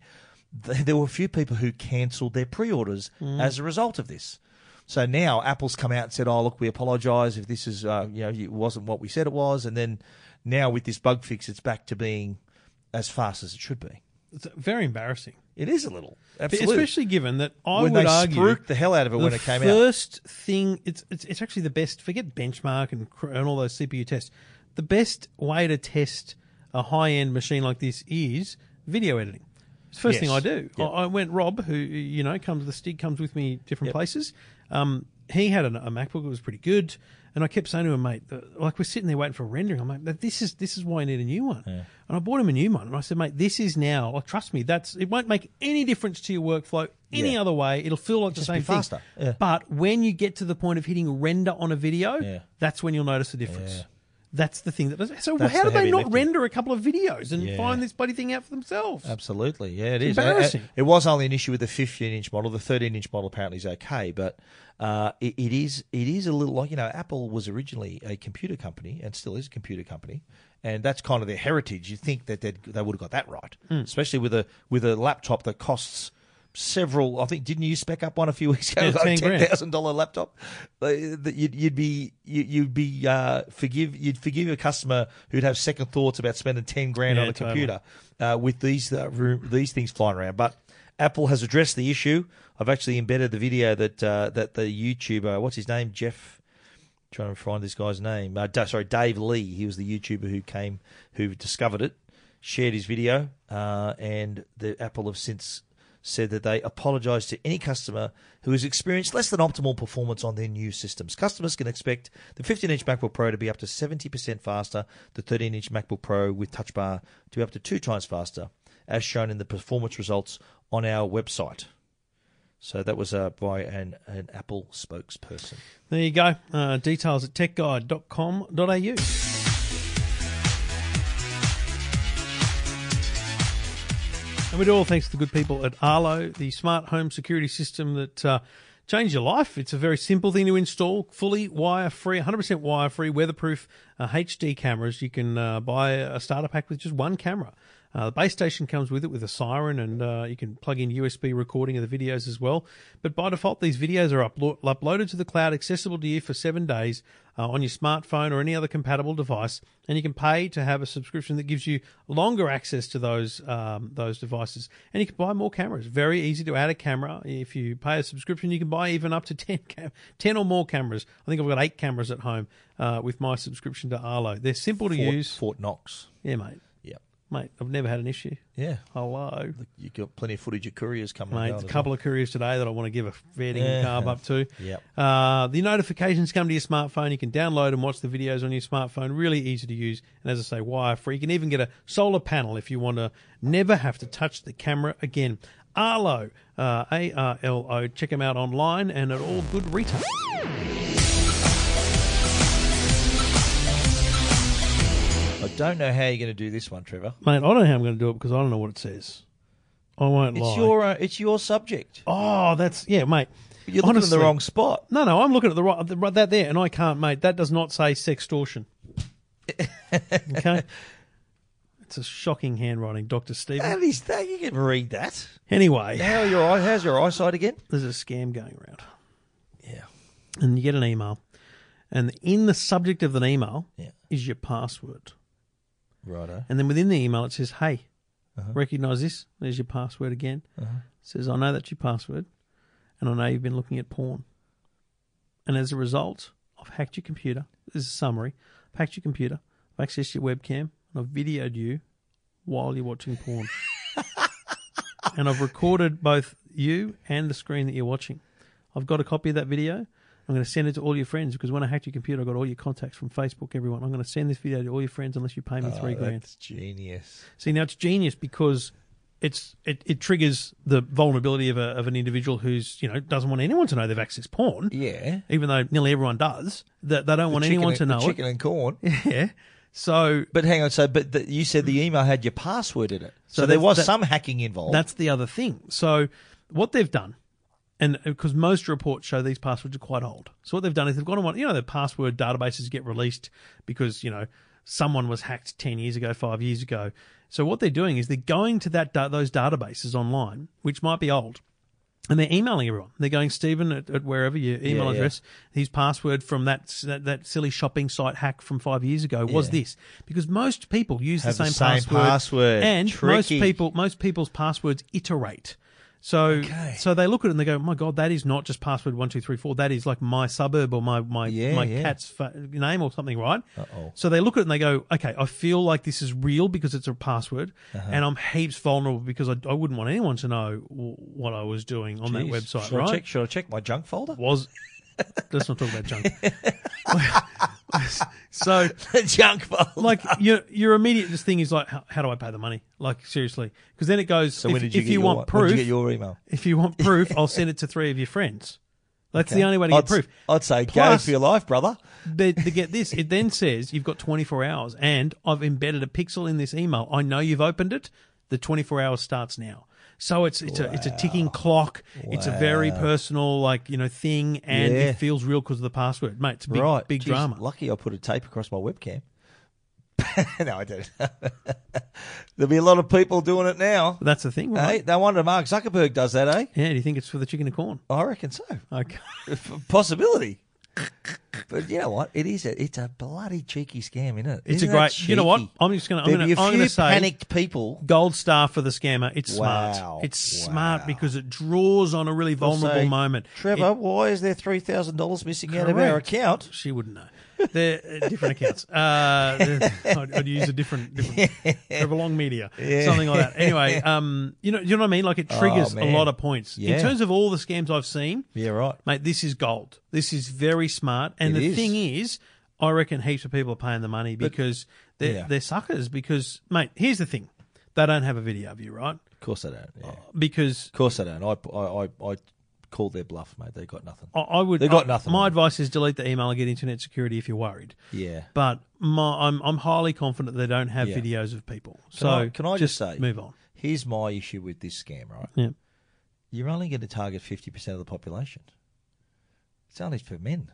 Speaker 1: Th- There were a few people who cancelled their pre-orders as a result of this. So now Apple's come out and said, "Oh, look, we apologise if this is uh, you know it wasn't what we said it was," and then now with this bug fix, it's back to being as fast as it should be.
Speaker 2: It's very embarrassing,
Speaker 1: It is a little, absolutely.
Speaker 2: especially given that I
Speaker 1: when
Speaker 2: would
Speaker 1: they
Speaker 2: argue
Speaker 1: spruiked the hell out of it
Speaker 2: the
Speaker 1: when it came out.
Speaker 2: first thing it's, it's it's actually the best. Forget benchmark and cr- and all those CPU tests. The best way to test a high end machine like this is video editing. It's the
Speaker 1: Yes.
Speaker 2: first thing I do.
Speaker 1: Yep.
Speaker 2: I, I went Rob, who you know comes the stick comes with me different places. Um, he had an, a MacBook that was pretty good, and I kept saying to him, mate, uh, like we're sitting there waiting for rendering. I'm like, "Mate, this is this is why I need a new one. And I bought him a new one, and I said, mate, this is now. Like, trust me, that's it won't make any difference to your workflow any
Speaker 1: Yeah.
Speaker 2: other way. It'll feel like the
Speaker 1: Just
Speaker 2: same
Speaker 1: be
Speaker 2: thing.
Speaker 1: faster. Yeah.
Speaker 2: But when you get to the point of hitting render on a video,
Speaker 1: Yeah.
Speaker 2: that's when you'll notice the difference.
Speaker 1: Yeah.
Speaker 2: That's the thing that does. So
Speaker 1: That's
Speaker 2: how
Speaker 1: the
Speaker 2: do they
Speaker 1: heavy
Speaker 2: not
Speaker 1: lifting.
Speaker 2: render a couple of videos and
Speaker 1: Yeah.
Speaker 2: find this bloody thing out for themselves?
Speaker 1: Absolutely, yeah, it is.
Speaker 2: embarrassing.
Speaker 1: Uh, It, was only an issue with the 15-inch model. The 13-inch model apparently is okay, but uh, it, it is it is a little like you know Apple was originally a computer company and still is a computer company, and that's kind of their heritage. You think that they'd, they would have got that right,
Speaker 2: Hmm.
Speaker 1: especially with a with a laptop that costs several. I think didn't you spec up one a few weeks ago?
Speaker 2: Yeah,
Speaker 1: like
Speaker 2: 10 grand.
Speaker 1: thousand dollar laptop, uh, that you'd, you'd be you, you'd be uh, forgive you'd forgive a customer who'd have second thoughts about spending ten grand
Speaker 2: Yeah,
Speaker 1: on a
Speaker 2: totally.
Speaker 1: computer uh, with these uh, room, these things flying around. But Apple has addressed the issue. I've actually embedded the video that uh, that the YouTuber what's his name Jeff. Trying to find this guy's name. Uh, Da- sorry, Dave Lee. He was the YouTuber who came, who discovered it, shared his video, uh, and the Apple have since said that they apologise to any customer who has experienced less than optimal performance on their new systems. Customers can expect the 15-inch MacBook Pro to be up to 70% faster, the 13-inch MacBook Pro with Touch Bar to be up to two times faster, as shown in the performance results on our website. So that was uh, by an, an Apple spokesperson.
Speaker 2: There you go. Uh, details at techguide.com.au. And we do all thanks to the good people at Arlo, the smart home security system that uh, changed your life. It's a very simple thing to install, fully wire free, 100% wire free, weatherproof uh, HD cameras. You can uh, buy a starter pack with just one camera. Uh, the base station comes with it with a siren, and uh, you can plug in USB recording of the videos as well. But by default, these videos are uplo- uploaded to the cloud, accessible to you for seven days uh, on your smartphone or any other compatible device, and you can pay to have a subscription that gives you longer access to those um, those devices. And you can buy more cameras. Very easy to add a camera. If you pay a subscription, you can buy even up to 10, cam- 10 or more cameras. I think I've got eight cameras at home uh, with my subscription to Arlo. They're simple to
Speaker 1: Fort,
Speaker 2: use.
Speaker 1: Fort Knox.
Speaker 2: Yeah, mate.
Speaker 1: Yeah.
Speaker 2: Mate, I've never had an issue.
Speaker 1: Yeah.
Speaker 2: Hello.
Speaker 1: You got plenty of footage of couriers coming. and
Speaker 2: Mate,
Speaker 1: going
Speaker 2: a
Speaker 1: as
Speaker 2: couple of couriers today that I want to give a fair
Speaker 1: Yeah.
Speaker 2: dinkum carb up to.
Speaker 1: Yep.
Speaker 2: Uh, the notifications come to your smartphone. You can download and watch the videos on your smartphone. Really easy to use. And as I say, wire free. You can even get a solar panel if you want to never have to touch the camera again. Arlo, uh, A R L O. Check them out online and at all good retail.
Speaker 1: well. I don't know how you're going to do this one, Trevor.
Speaker 2: Mate, I don't know how I'm going to do it because I don't know what it says. I won't
Speaker 1: It's
Speaker 2: lie.
Speaker 1: your uh, it's your subject.
Speaker 2: oh, that's, yeah, mate.
Speaker 1: You're looking in
Speaker 2: Honestly.
Speaker 1: the wrong spot.
Speaker 2: No, no, I'm looking at the right, the, right- that there, and I can't, mate. That does not say sextortion. okay, it's a shocking handwriting, Doctor
Speaker 1: How
Speaker 2: Stephen.
Speaker 1: is that? You can read that.
Speaker 2: Anyway,
Speaker 1: How are your eye? How's your eyesight again?
Speaker 2: there's a scam going around,
Speaker 1: Yeah.
Speaker 2: and you get an email, and in the subject of the email
Speaker 1: Yeah.
Speaker 2: is your password,
Speaker 1: Righto.
Speaker 2: and then within the email it says, "Hey, recognize this? There's your password again." It says, "I know that's your password, and I know you've been looking at porn, and as a result, I've hacked your computer. This is a summary. I've hacked your computer. I've accessed your webcam, and I've videoed you while you're watching porn, and I've recorded both you and the screen that you're watching. I've got a copy of that video." I'm going to send it to all your friends because when I hacked your computer, I got all your contacts from Facebook, everyone. I'm going to send this video to all your friends unless you pay me three grand.
Speaker 1: That's genius.
Speaker 2: See, now it's genius because it's it, it triggers the vulnerability of a, of an individual who's you know doesn't want anyone to know they've accessed porn,
Speaker 1: Yeah.
Speaker 2: even though nearly everyone does. That they don't want
Speaker 1: Chicken
Speaker 2: anyone
Speaker 1: and-
Speaker 2: to
Speaker 1: the
Speaker 2: know
Speaker 1: chicken and corn.
Speaker 2: it. Yeah. So
Speaker 1: But hang on. So, but the, you said the email had your password in it. So,
Speaker 2: So
Speaker 1: there
Speaker 2: that's-
Speaker 1: was
Speaker 2: that-
Speaker 1: some hacking involved.
Speaker 2: That's the other thing. So what they've done, and because most reports show these passwords are quite old, so what they've done is they've gone on one. You know, the password databases get released because you know someone was hacked ten years ago, five years ago. So what they're doing is they're going to that da- those databases online, which might be old, And they're emailing everyone. They're going, Stephen, at, at wherever your
Speaker 1: Yeah,
Speaker 2: email
Speaker 1: yeah.
Speaker 2: address, his password from that, s- that that silly shopping site hack from five years ago was
Speaker 1: Yeah.
Speaker 2: this. Because most people use
Speaker 4: Have
Speaker 2: the
Speaker 4: the
Speaker 2: same,
Speaker 4: same
Speaker 2: password,
Speaker 4: password.
Speaker 2: And most
Speaker 4: Tricky.
Speaker 2: people most people's passwords iterate. So so they look at it and they go, my God, that is not just password one two three four. That is like my suburb or my my
Speaker 1: Yeah,
Speaker 2: my
Speaker 1: yeah.
Speaker 2: cat's fa- name or something, right?
Speaker 1: Uh-oh.
Speaker 2: So they look at it and they go, okay, I feel like this is real because it's a password,
Speaker 1: Uh-huh.
Speaker 2: and I'm heaps vulnerable because I, I wouldn't want anyone to know w- what I was doing on that
Speaker 1: Jeez.
Speaker 2: website,
Speaker 1: Should I
Speaker 2: right?
Speaker 1: check, should I check my junk folder?
Speaker 2: Was let's not talk about junk. so
Speaker 1: the junk folder.
Speaker 2: like your your immediate this thing is like how, how do I pay the money? Like seriously, because then it goes.
Speaker 1: so
Speaker 2: if
Speaker 1: when did you
Speaker 2: if
Speaker 1: get
Speaker 2: you
Speaker 1: your,
Speaker 2: want
Speaker 1: when
Speaker 2: proof,
Speaker 1: did you get your email?
Speaker 2: if you want proof, I'll send it to three of your friends. That's the only way to
Speaker 1: I'd,
Speaker 2: get proof.
Speaker 1: I'd say
Speaker 2: Plus-
Speaker 1: go for your life, brother.
Speaker 2: They, they get this. It then says you've got 24 hours, and I've embedded a pixel in this email. I know you've opened it. The 24 hours starts now. So it's it's a it's a ticking clock. It's a very personal like you know thing, and
Speaker 1: Yeah.
Speaker 2: it feels real because of the password, mate. It's a big
Speaker 1: right.
Speaker 2: big
Speaker 1: Jeez,
Speaker 2: drama.
Speaker 1: Lucky I put a tape across my webcam. no, I didn't. There'll be a lot of people doing it now.
Speaker 2: But that's the thing, right?
Speaker 1: Hey, no wonder Mark Zuckerberg does that, eh?
Speaker 2: Yeah. Do you think it's for the chicken and corn?
Speaker 1: I reckon so.
Speaker 2: Okay.
Speaker 1: F- Possibility. But you know what? It is a, it's a bloody cheeky scam, isn't it?
Speaker 2: It's
Speaker 1: Isn't
Speaker 2: a
Speaker 1: that
Speaker 2: great. You know what?
Speaker 1: cheeky?
Speaker 2: I'm just gonna. I'm
Speaker 1: There'd
Speaker 2: gonna.
Speaker 1: be a
Speaker 2: I'm
Speaker 1: few
Speaker 2: gonna say
Speaker 1: panicked people.
Speaker 2: gold star for the scammer. It's
Speaker 1: Wow.
Speaker 2: smart. It's
Speaker 1: Wow.
Speaker 2: smart because it draws on a really vulnerable
Speaker 1: Say,
Speaker 2: moment.
Speaker 1: Trevor, why is there three thousand dollars missing out of our
Speaker 2: Correct.
Speaker 1: account?
Speaker 2: It- she wouldn't know. They're uh, different accounts. Uh, they're- I'd, I'd use a different, different Trevor Long Media, something like that. Anyway, um, you know, you know what I mean? Like it triggers a
Speaker 1: Oh, man.
Speaker 2: lot of points
Speaker 1: Yeah.
Speaker 2: in terms of all the scams I've seen.
Speaker 1: Yeah, right.
Speaker 2: mate, this is gold. This is very smart. And
Speaker 1: It
Speaker 2: the
Speaker 1: is.
Speaker 2: thing is, I reckon heaps of people are paying the money because they're,
Speaker 1: yeah.
Speaker 2: they're suckers. Because, mate, here's the thing they don't have a video of you, right?
Speaker 1: Of course I don't. Yeah. Of
Speaker 2: Because
Speaker 1: course I don't. I I I, I called their bluff, mate. They got nothing.
Speaker 2: I, I would.
Speaker 1: They've got
Speaker 2: I-
Speaker 1: nothing on
Speaker 2: My
Speaker 1: it.
Speaker 2: advice is delete the email and get internet security if you're worried.
Speaker 1: Yeah.
Speaker 2: But my, I'm, I'm highly confident they don't have
Speaker 1: Yeah.
Speaker 2: videos of people. So
Speaker 1: Can I, can I just, say,
Speaker 2: move on.
Speaker 1: Here's my issue with this scam, right?
Speaker 2: Yeah.
Speaker 1: You're only going to target fifty percent of the population. It's only for men.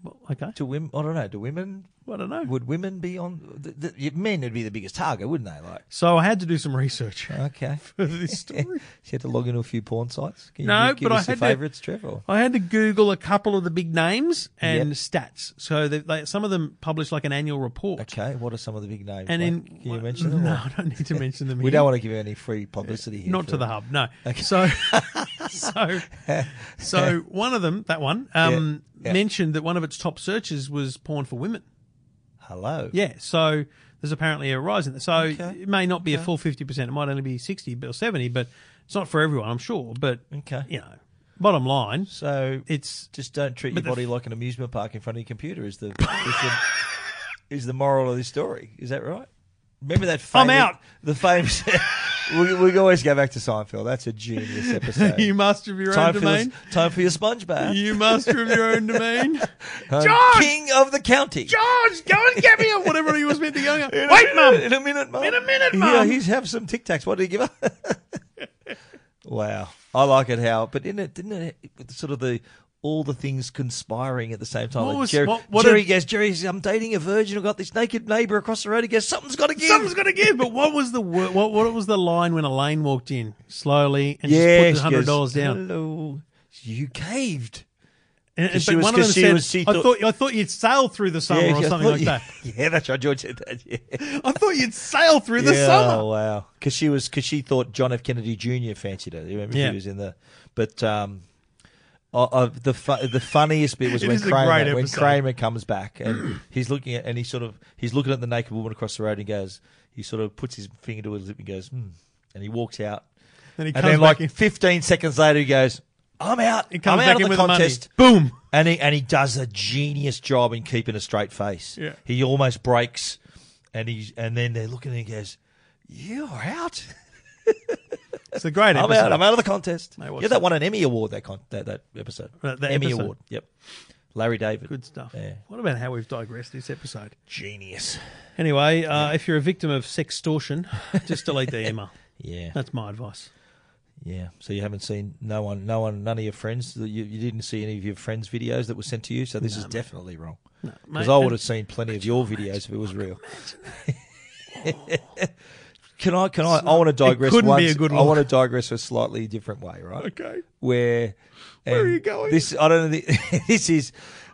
Speaker 2: Well, okay.
Speaker 1: To women, I don't know. Do women?
Speaker 2: I don't know.
Speaker 1: Would women be on? The, the, men would be the biggest target, wouldn't they? Like,
Speaker 2: So I had to do some
Speaker 1: Oh.
Speaker 2: research
Speaker 1: okay.
Speaker 2: for this story.
Speaker 1: She had to log into a few porn sites. Can
Speaker 2: No,
Speaker 1: you give
Speaker 2: but I
Speaker 1: us
Speaker 2: had to-
Speaker 1: the favourites, Trevor.
Speaker 2: I had to Google a couple of the big names and
Speaker 1: Yep.
Speaker 2: stats. So they, they, some of them publish like an annual report.
Speaker 1: Okay, what are some of the big names?
Speaker 2: And
Speaker 1: mate?
Speaker 2: in
Speaker 1: can you mention them?
Speaker 2: No,
Speaker 1: or-
Speaker 2: I don't need to mention them.
Speaker 1: We
Speaker 2: here.
Speaker 1: don't want to give any free publicity here.
Speaker 2: not
Speaker 1: for-
Speaker 2: to the hub. No. So, so, so one of them, that one, um,
Speaker 1: Yeah. Yeah.
Speaker 2: mentioned that one of its top searches was porn for women.
Speaker 1: Hello.
Speaker 2: Yeah. So there's apparently a rise in that. So
Speaker 1: Okay.
Speaker 2: it may not be a full fifty percent. It might only be sixty or seventy, but it's not for everyone, I'm sure. But
Speaker 1: Okay.
Speaker 2: you know, bottom line,
Speaker 1: So
Speaker 2: it's
Speaker 1: just don't treat your
Speaker 2: But the
Speaker 1: body like an amusement park in front of your computer is the is the, is the moral of this story. Is that right? Remember that
Speaker 2: I'm
Speaker 1: famous-
Speaker 2: out.
Speaker 1: the famous we, we always go back to Seinfeld. That's a genius episode.
Speaker 2: you master of your
Speaker 1: time
Speaker 2: own
Speaker 1: for your,
Speaker 2: domain.
Speaker 1: time for your sponge bath.
Speaker 2: You master of your own domain.
Speaker 1: I'm
Speaker 2: John!
Speaker 1: King of the county.
Speaker 2: George, go and get me or whatever he was meant to go.
Speaker 1: In a
Speaker 2: Wait,
Speaker 1: minute-
Speaker 2: mum.
Speaker 1: In a minute, mum.
Speaker 2: In a minute,
Speaker 1: Yeah,
Speaker 2: mum.
Speaker 1: he's have some Tic Tacs. What did he give her? wow, I like it how, but didn't it? Didn't it? it- Sort of the all the things conspiring at the same time.
Speaker 2: What
Speaker 1: Like
Speaker 2: was-
Speaker 1: Jerry,
Speaker 2: what- what
Speaker 1: Jerry
Speaker 2: a-
Speaker 1: goes, Jerry says, "I'm dating a virgin. I've got this naked neighbour across the road." He goes, "Something's got to give."
Speaker 2: Something's got to give. But what was the wor- what? What was the line when Elaine walked in slowly and
Speaker 1: yeah,
Speaker 2: just put the hundred dollars
Speaker 1: Uh,
Speaker 2: down?
Speaker 1: Hello, you caved.
Speaker 2: And, and,
Speaker 1: she
Speaker 2: but
Speaker 1: was-
Speaker 2: one of them
Speaker 1: 'cause she
Speaker 2: said,
Speaker 1: was- she
Speaker 2: "I
Speaker 1: thought-
Speaker 2: thought I thought you'd sail through the summer
Speaker 1: yeah,
Speaker 2: or
Speaker 1: I
Speaker 2: something
Speaker 1: thought
Speaker 2: like
Speaker 1: you-
Speaker 2: that.
Speaker 1: Yeah, that's right. George said that. Yeah.
Speaker 2: I thought you'd sail through the
Speaker 1: yeah,
Speaker 2: summer."
Speaker 1: wow. Because she was because she thought John F. Kennedy Jr. fancied her. You remember
Speaker 2: Yeah.
Speaker 1: she was in the, but um, I, I, the fu- the funniest bit was
Speaker 2: It
Speaker 1: when
Speaker 2: is a
Speaker 1: Kramer
Speaker 2: great
Speaker 1: when
Speaker 2: episode.
Speaker 1: Kramer comes back and he's looking at and he sort of he's looking at the naked woman across the road and he goes he sort of puts his finger to his lip and goes hmm, and he walks out
Speaker 2: Then he
Speaker 1: and
Speaker 2: comes
Speaker 1: then like
Speaker 2: back in.
Speaker 1: 15 seconds later he goes I'm out
Speaker 2: He comes
Speaker 1: I'm
Speaker 2: back
Speaker 1: out
Speaker 2: in
Speaker 1: of the
Speaker 2: with
Speaker 1: contest
Speaker 2: the money. Boom.
Speaker 1: and he and he does a genius job in keeping a straight face.
Speaker 2: Yeah.
Speaker 1: He almost breaks and he's and then they're looking and he goes, You're out.
Speaker 2: It's a great
Speaker 1: I'm
Speaker 2: episode.
Speaker 1: out. I'm out of the contest.
Speaker 2: Mate, what's
Speaker 1: yeah, that won an Emmy Award, that con- that, that episode.
Speaker 2: That- that
Speaker 1: Emmy
Speaker 2: episode.
Speaker 1: Award. Yep. Larry David.
Speaker 2: Good stuff.
Speaker 1: Yeah.
Speaker 2: What about how we've digressed this episode?
Speaker 1: Genius.
Speaker 2: Anyway, uh, if you're a victim of sextortion, just delete the email.
Speaker 1: Yeah.
Speaker 2: That's my advice.
Speaker 1: Yeah. So you haven't seen no one no one none of your friends you, you didn't see any of your friends' videos that were sent to you, so this is definitely wrong. Because
Speaker 2: mate,
Speaker 1: I would
Speaker 2: and-
Speaker 1: have seen plenty of your videos if it was real. Can I? Can I? I want to digress.
Speaker 2: couldn't be
Speaker 1: once-
Speaker 2: a good
Speaker 1: I
Speaker 2: look.
Speaker 1: want to digress a slightly different way, right?
Speaker 2: Okay.
Speaker 1: Where? Where
Speaker 2: are you going?
Speaker 1: This I don't know. The, this is.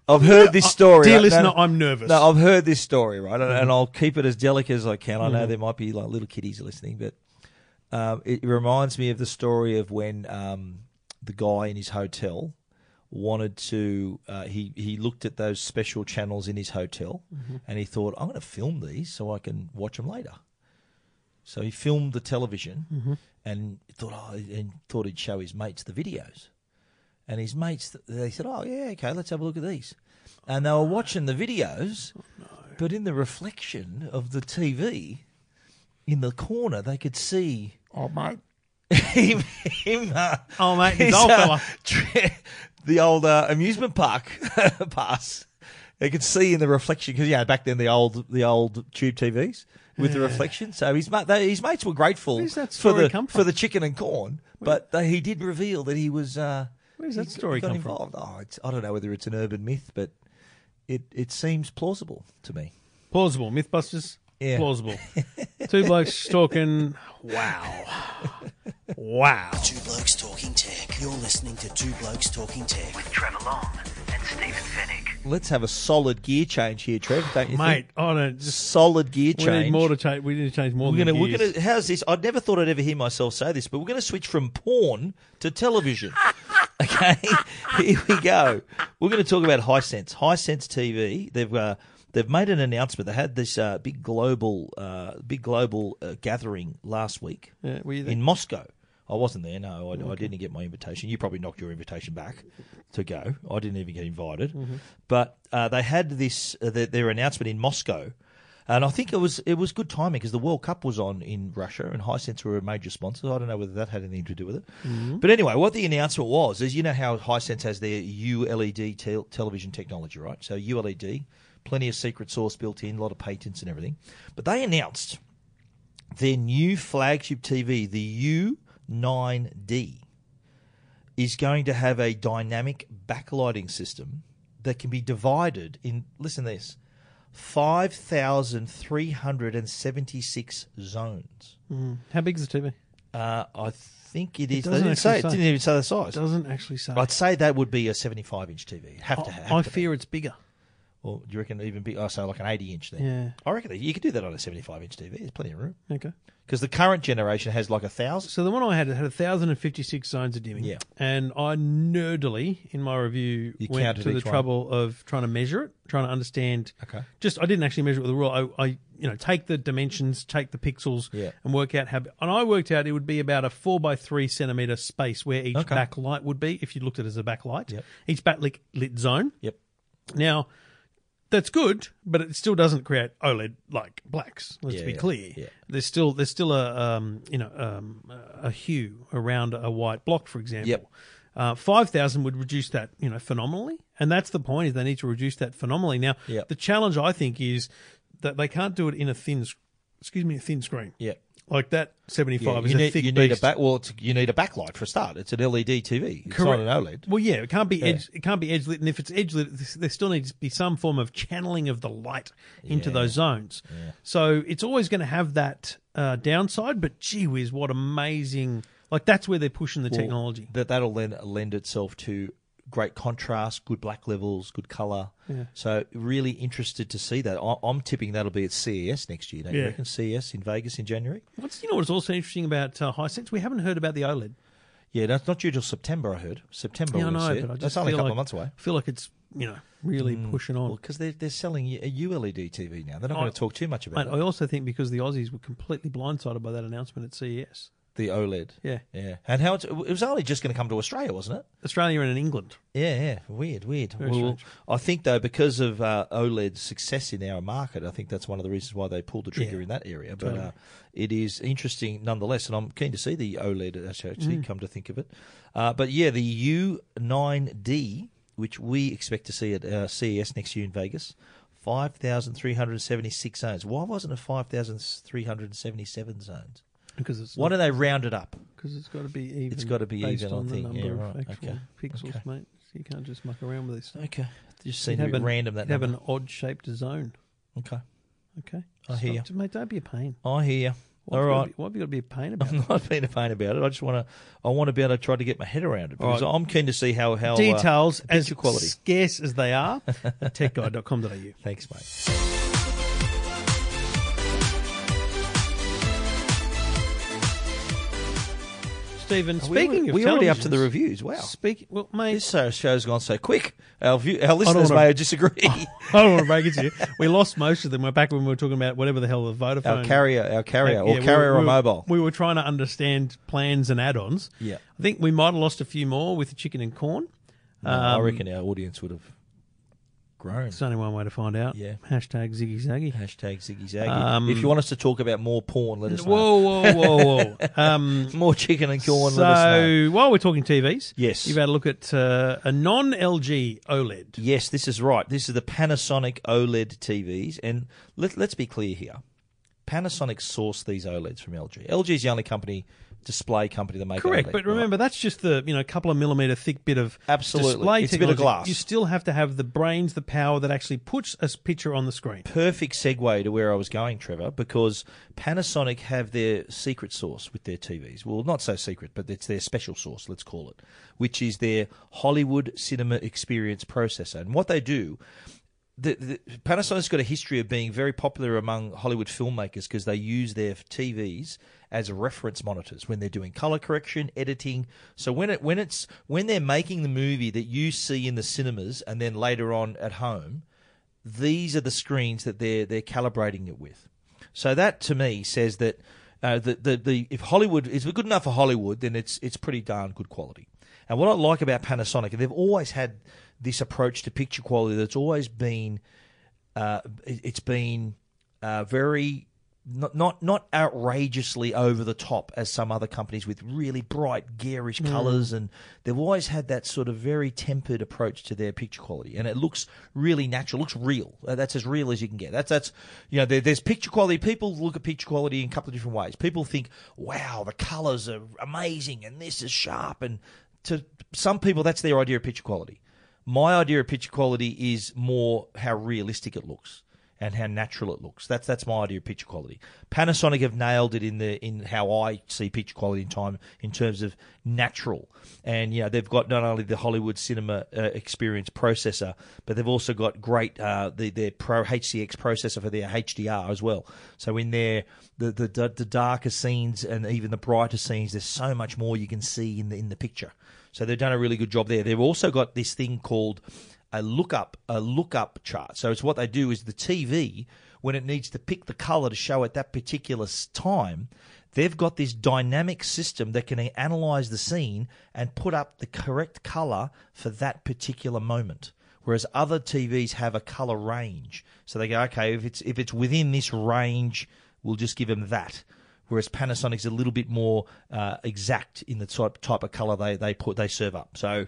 Speaker 1: I've heard this story.
Speaker 2: Dear
Speaker 1: right? No,
Speaker 2: listener,
Speaker 1: no.
Speaker 2: I'm nervous.
Speaker 1: No, I've heard this story, right? And, and I'll keep it as delicate as I can. I know there might be like little kiddies listening, but um, it reminds me of the story of when um, the guy in his hotel wanted to. Uh, he he looked at those special channels in his hotel, and he thought, "I'm going to film these so I can watch them later." So he filmed the television and thought, oh, and thought he'd show his mates the videos. And his mates, they said, "Oh yeah, okay, let's have a look at these." And they were watching the videos,
Speaker 2: Oh,
Speaker 1: but in the reflection of the TV, in the corner, they could see
Speaker 4: Oh, mate.
Speaker 1: him. him uh,
Speaker 2: Oh, mate, this
Speaker 1: his,
Speaker 2: old
Speaker 1: uh,
Speaker 2: fella.
Speaker 1: tra- the old uh, amusement park pass. They could see in the reflection because yeah, back then the old the old tube TVs with the reflection. So his ma- they, his mates were grateful
Speaker 2: Where's that
Speaker 1: for
Speaker 2: story
Speaker 1: the
Speaker 2: come
Speaker 1: for
Speaker 2: from?
Speaker 1: the chicken and corn, but they, he did reveal that he was. Uh,
Speaker 2: Where's that
Speaker 1: he
Speaker 2: story
Speaker 1: got
Speaker 2: come from?
Speaker 1: involved. Oh, it's, I don't know whether it's an urban myth, but it it seems plausible to me.
Speaker 2: Plausible. Mythbusters.
Speaker 1: Yeah.
Speaker 2: Plausible. Two blokes talking. Wow. Wow.
Speaker 3: Two Blokes Talking Tech. You're listening to Two Blokes Talking Tech. With Trevor Long and Stephen Finnick.
Speaker 1: Let's have a solid gear change here, Trev. Don't you
Speaker 2: Mate,
Speaker 1: think?
Speaker 2: I don't. Just,
Speaker 1: Solid gear
Speaker 2: we
Speaker 1: change.
Speaker 2: need more to change. We need to change more
Speaker 1: We're
Speaker 2: than
Speaker 1: gonna, we're
Speaker 2: gears.
Speaker 1: gonna. How's this? I never thought I'd ever hear myself say this, but we're gonna switch from porn to television. okay, here we go. We're gonna talk about Hisense. Hisense TV. They've uh, they've made an announcement. They had this uh, big global uh, big global uh, gathering last week
Speaker 2: Yeah, were you there?
Speaker 1: in Moscow. I wasn't there. No, I, I didn't get my invitation. You probably knocked your invitation back to go. I didn't even get invited. But uh, they had this uh, their, their announcement in Moscow, and I think it was it was good timing because the World Cup was on in Russia, and Hisense were a major sponsor. I don't know whether that had anything to do with it. But anyway, what the announcement was is you know how Hisense has their ULED tel- television technology, right? So ULED, plenty of secret sauce built in, a lot of patents and everything. But they announced their new flagship TV, the U9D, is going to have a dynamic backlighting system that can be divided in, listen to this, 5,376 zones.
Speaker 2: How big is the TV?
Speaker 1: Uh, I think it is. they
Speaker 2: doesn't
Speaker 1: didn't say,
Speaker 2: actually
Speaker 1: it
Speaker 2: say.
Speaker 1: didn't even say the size.
Speaker 2: Doesn't actually say.
Speaker 1: I'd say that would be a 75 inch TV. It'd have to have.
Speaker 2: I
Speaker 1: to be.
Speaker 2: fear it's bigger.
Speaker 1: Or do you reckon even big? I say like an 80 inch then.
Speaker 2: Yeah.
Speaker 1: I reckon you could do that on a 75 inch TV. There's plenty of room.
Speaker 2: Okay.
Speaker 1: Because the current generation has like a thousand.
Speaker 2: So the one I had it had 1,056 zones of dimming.
Speaker 1: Yeah.
Speaker 2: And I nerdily, in my review,
Speaker 1: You
Speaker 2: went
Speaker 1: counted
Speaker 2: to the
Speaker 1: each one.
Speaker 2: trouble of trying to measure it, trying to understand.
Speaker 1: Okay.
Speaker 2: Just, I didn't actually measure it with a rule. I, I you know, take the dimensions, take the pixels,
Speaker 1: Yeah.
Speaker 2: and work out how. bi- And I worked out it would be about a 4 by 3 centimeter space where each
Speaker 1: Okay.
Speaker 2: backlight would be if you looked at it as a backlight.
Speaker 1: Yep.
Speaker 2: Each backlit lit zone.
Speaker 1: Yep.
Speaker 2: Now, that's good, but it still doesn't create OLED like blacks. Let's
Speaker 1: Yeah,
Speaker 2: be
Speaker 1: yeah,
Speaker 2: clear.
Speaker 1: yeah.
Speaker 2: There's still there's still a um, you know um, a hue around a white block, for example.
Speaker 1: Yep.
Speaker 2: Uh, Five thousand would reduce that you know phenomenally, and that's the point is they need to reduce that phenomenally. Now,
Speaker 1: Yep.
Speaker 2: the challenge I think is that they can't do it in a thin, s- excuse me, a thin screen.
Speaker 1: Yeah.
Speaker 2: Like that seventy
Speaker 1: Yeah,
Speaker 2: five is
Speaker 1: you
Speaker 2: a
Speaker 1: need,
Speaker 2: thick
Speaker 1: you need a
Speaker 2: beast.
Speaker 1: back. Well, it's, you need a backlight for a start. It's an E LED TV. It's
Speaker 2: Correct.
Speaker 1: not an E OLED.
Speaker 2: Well, yeah, it can't be edge. It can't be edge lit, and if it's edge lit, th- there still needs to be some form of channeling of the light into those zones. So it's always going to have that uh, downside. But gee whiz, what amazing! Like that's where they're pushing the technology.
Speaker 1: That that'll then lend itself to great contrast, good black levels, good color. So really interested to see that. I, I'm tipping that'll be at CES next year. Don't
Speaker 2: Yeah.
Speaker 1: you reckon? CES in Vegas in January.
Speaker 2: What's you know what's also interesting about uh, Hisense? We haven't heard about the OLED.
Speaker 1: Yeah, that's not due till September. I heard September.
Speaker 2: Yeah, I
Speaker 1: we'll
Speaker 2: know,
Speaker 1: Oh, see it.
Speaker 2: but I just
Speaker 1: that's only a
Speaker 2: feel
Speaker 1: couple
Speaker 2: like,
Speaker 1: of months away. Mm.
Speaker 2: Feel like it's you know really pushing on.
Speaker 1: Well, because they're they're selling a E ULED TV now. They're not
Speaker 2: I-
Speaker 1: going to talk too much
Speaker 2: Mate,
Speaker 1: about
Speaker 2: I
Speaker 1: it.
Speaker 2: also think because the Aussies were completely blindsided by that announcement at E CES.
Speaker 1: the OLED.
Speaker 2: Yeah,
Speaker 1: Yeah, and how it's, it was only just going to come to Australia, wasn't it?
Speaker 2: Australia and in England.
Speaker 1: Yeah, yeah, weird, weird.
Speaker 2: Very
Speaker 1: well,
Speaker 2: strange.
Speaker 1: I think though because of uh, OLED's success in our market, I think that's one of the reasons why they pulled the trigger
Speaker 2: Yeah,
Speaker 1: in that area. But
Speaker 2: totally.
Speaker 1: uh, it is interesting nonetheless, and I'm keen to see the OLED actually.
Speaker 2: Mm.
Speaker 1: Come to think of it, uh, but yeah, the U9D, which we expect to see at uh, CES next year in Vegas, five thousand three hundred seventy-six zones. Why wasn't it five thousand three hundred seventy-seven zones?
Speaker 2: Because it's
Speaker 1: Why do they round it up?
Speaker 2: Because it's got to be even.
Speaker 1: It's gotta be
Speaker 2: based
Speaker 1: even, I
Speaker 2: on the
Speaker 1: think.
Speaker 2: number
Speaker 1: Yeah,
Speaker 2: of
Speaker 1: right.
Speaker 2: actual
Speaker 1: Okay.
Speaker 2: pixels,
Speaker 1: Okay.
Speaker 2: mate. So you can't just muck around with these. Stuff.
Speaker 1: Okay, just seemed
Speaker 2: You'd
Speaker 1: a bit
Speaker 2: an-
Speaker 1: random that
Speaker 2: you'd have
Speaker 1: number.
Speaker 2: an odd shaped zone.
Speaker 1: Okay,
Speaker 2: Okay.
Speaker 1: I hear
Speaker 2: Stop- Mate, don't be a pain.
Speaker 1: I hear. you.
Speaker 2: Why
Speaker 1: All
Speaker 2: have you gotta
Speaker 1: right.
Speaker 2: be- Why have you got to be a pain about
Speaker 1: I'm
Speaker 2: it?
Speaker 1: not being a pain about it. I just want to. I want to be able to try to get my head around it
Speaker 2: All
Speaker 1: because I'm keen to see how how uh,
Speaker 2: Details as
Speaker 1: picture quality.
Speaker 2: scarce as they are at techguide.com.au.
Speaker 1: Thanks, mate.
Speaker 2: Stephen,
Speaker 1: Are we
Speaker 2: speaking
Speaker 1: already-
Speaker 2: of
Speaker 1: we already up to
Speaker 2: televisions-
Speaker 1: the reviews. Wow,
Speaker 2: Speaking, well, mate,
Speaker 1: this uh, show's gone so quick. Our view, our listeners
Speaker 2: wanna- Oh,
Speaker 1: may disagree.
Speaker 2: I don't want to break it to you. We lost most of them. We're back when we were talking about whatever the hell the Vodafone.
Speaker 1: our carrier, our carrier,
Speaker 2: Yeah,
Speaker 1: or
Speaker 2: we were-
Speaker 1: carrier
Speaker 2: we
Speaker 1: or
Speaker 2: were-
Speaker 1: mobile.
Speaker 2: We were trying to understand plans and add-ons.
Speaker 1: Yeah.
Speaker 2: I think we might have lost a few more with the chicken and corn.
Speaker 1: Uh,
Speaker 2: um,
Speaker 1: I reckon our audience would have grown.
Speaker 2: There's only one way to find out.
Speaker 1: Yeah.
Speaker 2: Hashtag Ziggy Zaggy.
Speaker 1: Hashtag Ziggy Zaggy.
Speaker 2: Um,
Speaker 1: if you want us to talk about more porn, let us
Speaker 2: Whoa, whoa, whoa, whoa. um,
Speaker 1: know. More chicken and corn, let us know.
Speaker 2: so while we're talking TVs,
Speaker 1: Yes.
Speaker 2: you've had a look at uh, a non-LG OLED.
Speaker 1: Yes, this is right. This is the Panasonic E OLED TVs, and let, let's be clear here: Panasonic sourced these OLEDs from LG. LG is the only company, display company, that make E
Speaker 2: Correct,
Speaker 1: OLED, right?
Speaker 2: but remember that's just the you know couple of millimeter thick bit of
Speaker 1: Absolutely.
Speaker 2: display
Speaker 1: It's a bit of
Speaker 2: technology.
Speaker 1: glass.
Speaker 2: You still have to have the brains, the power that actually puts a s- picture on the screen.
Speaker 1: perfect segue to where I was going, Trevor, because Panasonic have their secret sauce with their TVs. Well, not so secret, but it's their special sauce, let's call it, which is their Hollywood Cinema Experience processor. And what they do, the, the, Panasonic's got a history of being very popular among Hollywood filmmakers because they use their TVs as reference monitors when they're doing color correction, editing. So when it when it's when they're making the movie that you see in the cinemas and then later on at home, these are the screens that they're they're calibrating it with. So that to me says that uh, the, the the if Hollywood is good enough for Hollywood, then it's it's pretty darn good quality. And what I like about Panasonic, they've always had this approach to picture quality that's always been uh, it- it's been uh, very not, not not outrageously over the top as some other companies with really bright garish colors and they've always had that sort of very tempered approach to their picture quality and it looks really natural looks real Uh, that's as real as you can get that's that's you know there, there's picture quality people look at picture quality in a couple of different ways people think wow the colors are amazing and this is sharp and to some people that's their idea of picture quality my idea of picture quality is more how realistic it looks and how natural it looks. That's that's my idea of picture quality. Panasonic have nailed it in the in how I see picture quality in time in terms of natural. And you know they've got not only the Hollywood Cinema uh, Experience processor, but they've also got great uh, the, their Pro HCX processor for their HDR as well. So in their the, the the the darker scenes and even the brighter scenes, there's so much more you can see in the in the picture. So they've done a really good job there. They've also got this thing called a lookup a lookup chart. So it's what they do is the TV when it needs to pick the color to show at that particular s- time, they've got this dynamic system that can analyze the scene and put up the correct color for that particular moment. Whereas other TVs have a color range, so they go, okay, if it's if it's within this range, we'll just give them that whereas Panasonic's a little bit more uh, exact in the type type of color they they put they serve up. So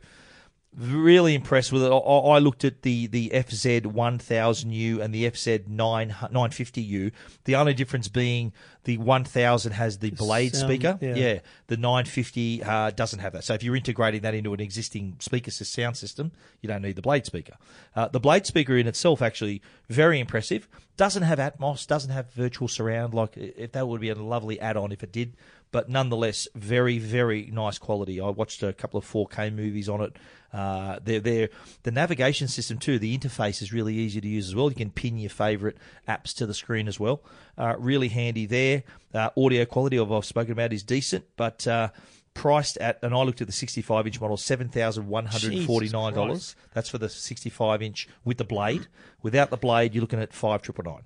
Speaker 1: really impressed with it. I, I I looked at the the FZ 1000U and the FZ 9 950U. The only difference being the 1000 has the blade
Speaker 2: Sound,
Speaker 1: speaker.
Speaker 2: yeah.
Speaker 1: yeah, the 950 uh, doesn't have that. So if you're integrating that into an existing speaker sys- sound system, you don't need the Blade speaker. Uh, the Blade speaker in itself actually very impressive. Doesn't have Atmos, doesn't have virtual surround. Like i- if that would be a lovely add-on if it did, but nonetheless, very very nice quality. I watched a couple of 4K movies on it. Uh, they're, they're, the navigation system too. The interface is really easy to use as well. You can pin your favorite apps to the screen as well. Uh, really handy there. Uh, audio quality, of I've spoken about, is decent, but uh, priced at. And I looked at the 65 inch model, seven thousand one hundred forty nine
Speaker 2: Jesus
Speaker 1: dollars. That's for the 65 inch with the blade. Without the blade, you're looking at five triple nine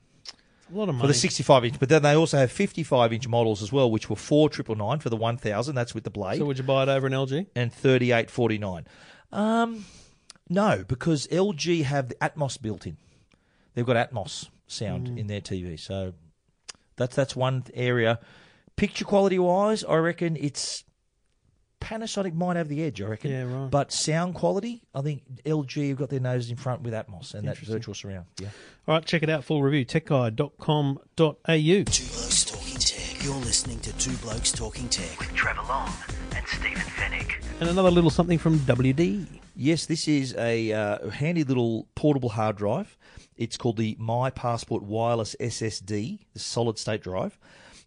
Speaker 2: A lot of money.
Speaker 1: for the 65 inch. But then they also have 55 inch models as well, which were four triple nine for the 1000. That's with the blade
Speaker 2: so would you buy it over an LG?
Speaker 1: and 3849. Um, no, because LG have the Atmos built in. They've got Atmos sound
Speaker 2: Hmm.
Speaker 1: in their TV. So that's that's one area. Picture quality wise, I reckon it's Panasonic might have the edge, I reckon.
Speaker 2: Yeah, right.
Speaker 1: But sound quality, I think LG have got their nose in front with Atmos and that
Speaker 2: Interesting.
Speaker 1: virtual surround. Yeah.
Speaker 2: All right, check it out. Full review, techguide.com.au.
Speaker 3: Two Blokes Talking Tech. You're listening to Two Blokes Talking Tech with Trevor Long and Stephen Fennick.
Speaker 2: And another little something from WD.
Speaker 1: Yes, this is a uh, handy little portable hard drive. It's called the My Passport Wireless SSD, the solid state drive.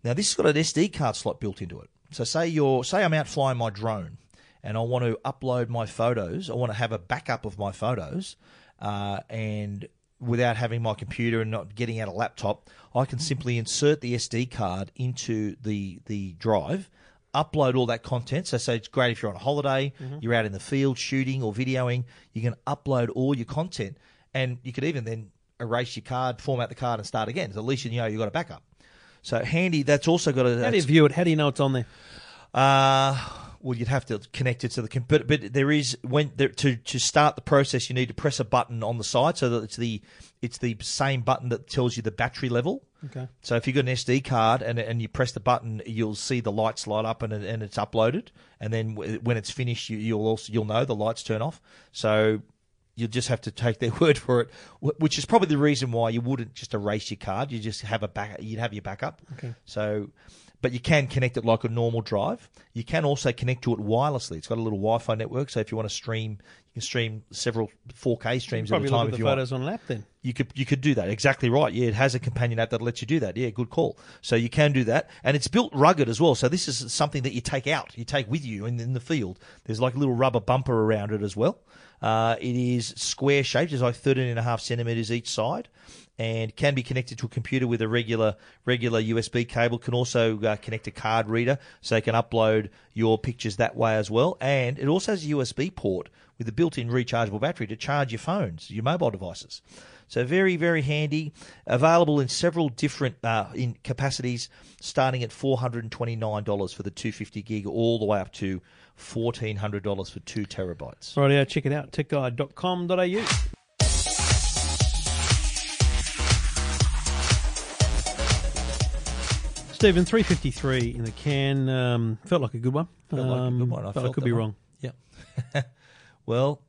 Speaker 1: Now this has got an SD card slot built into it. So say you're say I'm out flying my drone and I want to upload my photos. I want to have a backup of my photos, uh, and without having my computer and not getting out a laptop, I can simply insert the SD card into the the drive, upload all that content. So, so it's great if you're on a holiday, you're out in the field shooting or videoing, you can upload all your content, and you could even then erase your card, format the card, and start again. So at least you know you've got a backup. So handy. That's also got a.
Speaker 2: How do you view it? How do you know it's on there?
Speaker 1: Uh, well, you'd have to connect it to the com- but, but there is when there, to to start the process, you need to press a button on the side so that it's the it's the same button that tells you the battery level.
Speaker 2: Okay.
Speaker 1: So if you've got an SD card and and you press the button, you'll see the lights light up and it, and it's uploaded. And then w- when it's finished, you, you'll also you'll know the lights turn off. So you'll just have to take their word for it, wh- which is probably the reason why you wouldn't just erase your card. You just have a back. You'd have your backup.
Speaker 2: Okay.
Speaker 1: So, but you can connect it like a normal drive. You can also connect to it wirelessly. It's got a little Wi-Fi network, so if you want to stream, you can stream several 4K streams at a
Speaker 2: Probably look
Speaker 1: time
Speaker 2: at the
Speaker 1: if you want.
Speaker 2: photos on lap then.
Speaker 1: You could you could do that exactly right. Yeah, it has a companion app that lets you do that. Yeah, good call. So you can do that, and it's built rugged as well. So this is something that you take out, you take with you in, in the field. There's like a little rubber bumper around it as well. Uh, it is square shaped. It's like 13 and a half centimeters each side, and can be connected to a computer with a regular regular USB cable. Can also uh, connect a card reader, so you can upload your pictures that way as well. And it also has a USB port with a built-in rechargeable battery to charge your phones, your mobile devices. So very, very handy. Available in several different uh, in capacities, starting at four hundred and twenty-nine dollars for the two fifty gig, all the way up to fourteen hundred dollars for two terabytes.
Speaker 2: Rightio, check it out, techguide.com.au. Stephen, 353 in the can. Um, felt like a good one. Um,
Speaker 1: Felt like a good one. I
Speaker 2: but I
Speaker 1: felt
Speaker 2: could
Speaker 1: that
Speaker 2: be
Speaker 1: one.
Speaker 2: wrong.
Speaker 1: Yeah. well,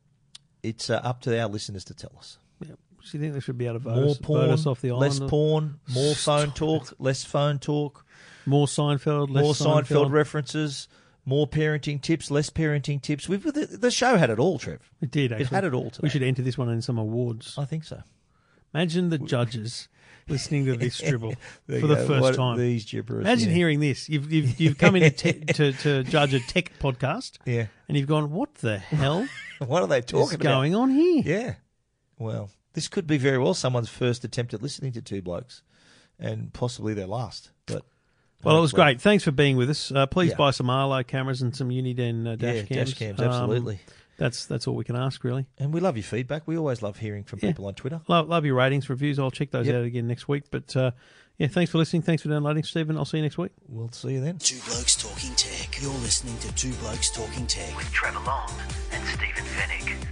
Speaker 1: it's uh, up to our listeners to tell us.
Speaker 2: Yeah. So you think they should be able to vote,
Speaker 1: More
Speaker 2: us, vote
Speaker 1: porn,
Speaker 2: us off the island?
Speaker 1: less porn, more phone talk, less phone talk,
Speaker 2: More Seinfeld, less
Speaker 1: more Seinfeld references, more parenting tips, less parenting tips. We've the, the show had it all, Trev.
Speaker 2: It did, actually.
Speaker 1: had it all
Speaker 2: We
Speaker 1: today.
Speaker 2: should enter this one in some awards.
Speaker 1: I think so.
Speaker 2: Imagine the judges listening to this dribble
Speaker 1: There
Speaker 2: for
Speaker 1: you
Speaker 2: the
Speaker 1: go.
Speaker 2: first
Speaker 1: What-
Speaker 2: time.
Speaker 1: These gibberish.
Speaker 2: Imagine
Speaker 1: yeah.
Speaker 2: hearing this. You've, you've, you've come in to, te- to, to judge a tech podcast.
Speaker 1: Yeah.
Speaker 2: And you've gone, what the hell
Speaker 1: What are they
Speaker 2: is
Speaker 1: talking about?
Speaker 2: going on here?
Speaker 1: Yeah. Well, this could be very well someone's first attempt at listening to two blokes, and possibly their last. But
Speaker 2: Well, it was
Speaker 1: hopefully-
Speaker 2: great. Thanks for being with us. Uh, please
Speaker 1: Yeah.
Speaker 2: buy some Arlo cameras and some Uniden uh, dash
Speaker 1: yeah,
Speaker 2: cams.
Speaker 1: dash cams,
Speaker 2: Um,
Speaker 1: absolutely.
Speaker 2: that's that's all we can ask, really.
Speaker 1: and we love your feedback. We always love hearing from
Speaker 2: Yeah.
Speaker 1: people on Twitter.
Speaker 2: Love, love your ratings, reviews. I'll check those
Speaker 1: Yep.
Speaker 2: out again next week. But uh, yeah, thanks for listening. Thanks for downloading, Stephen. I'll see you next week.
Speaker 1: We'll see you then.
Speaker 3: Two Blokes Talking Tech. You're listening to Two Blokes Talking Tech.
Speaker 4: with Trevor Long and Stephen Finnick.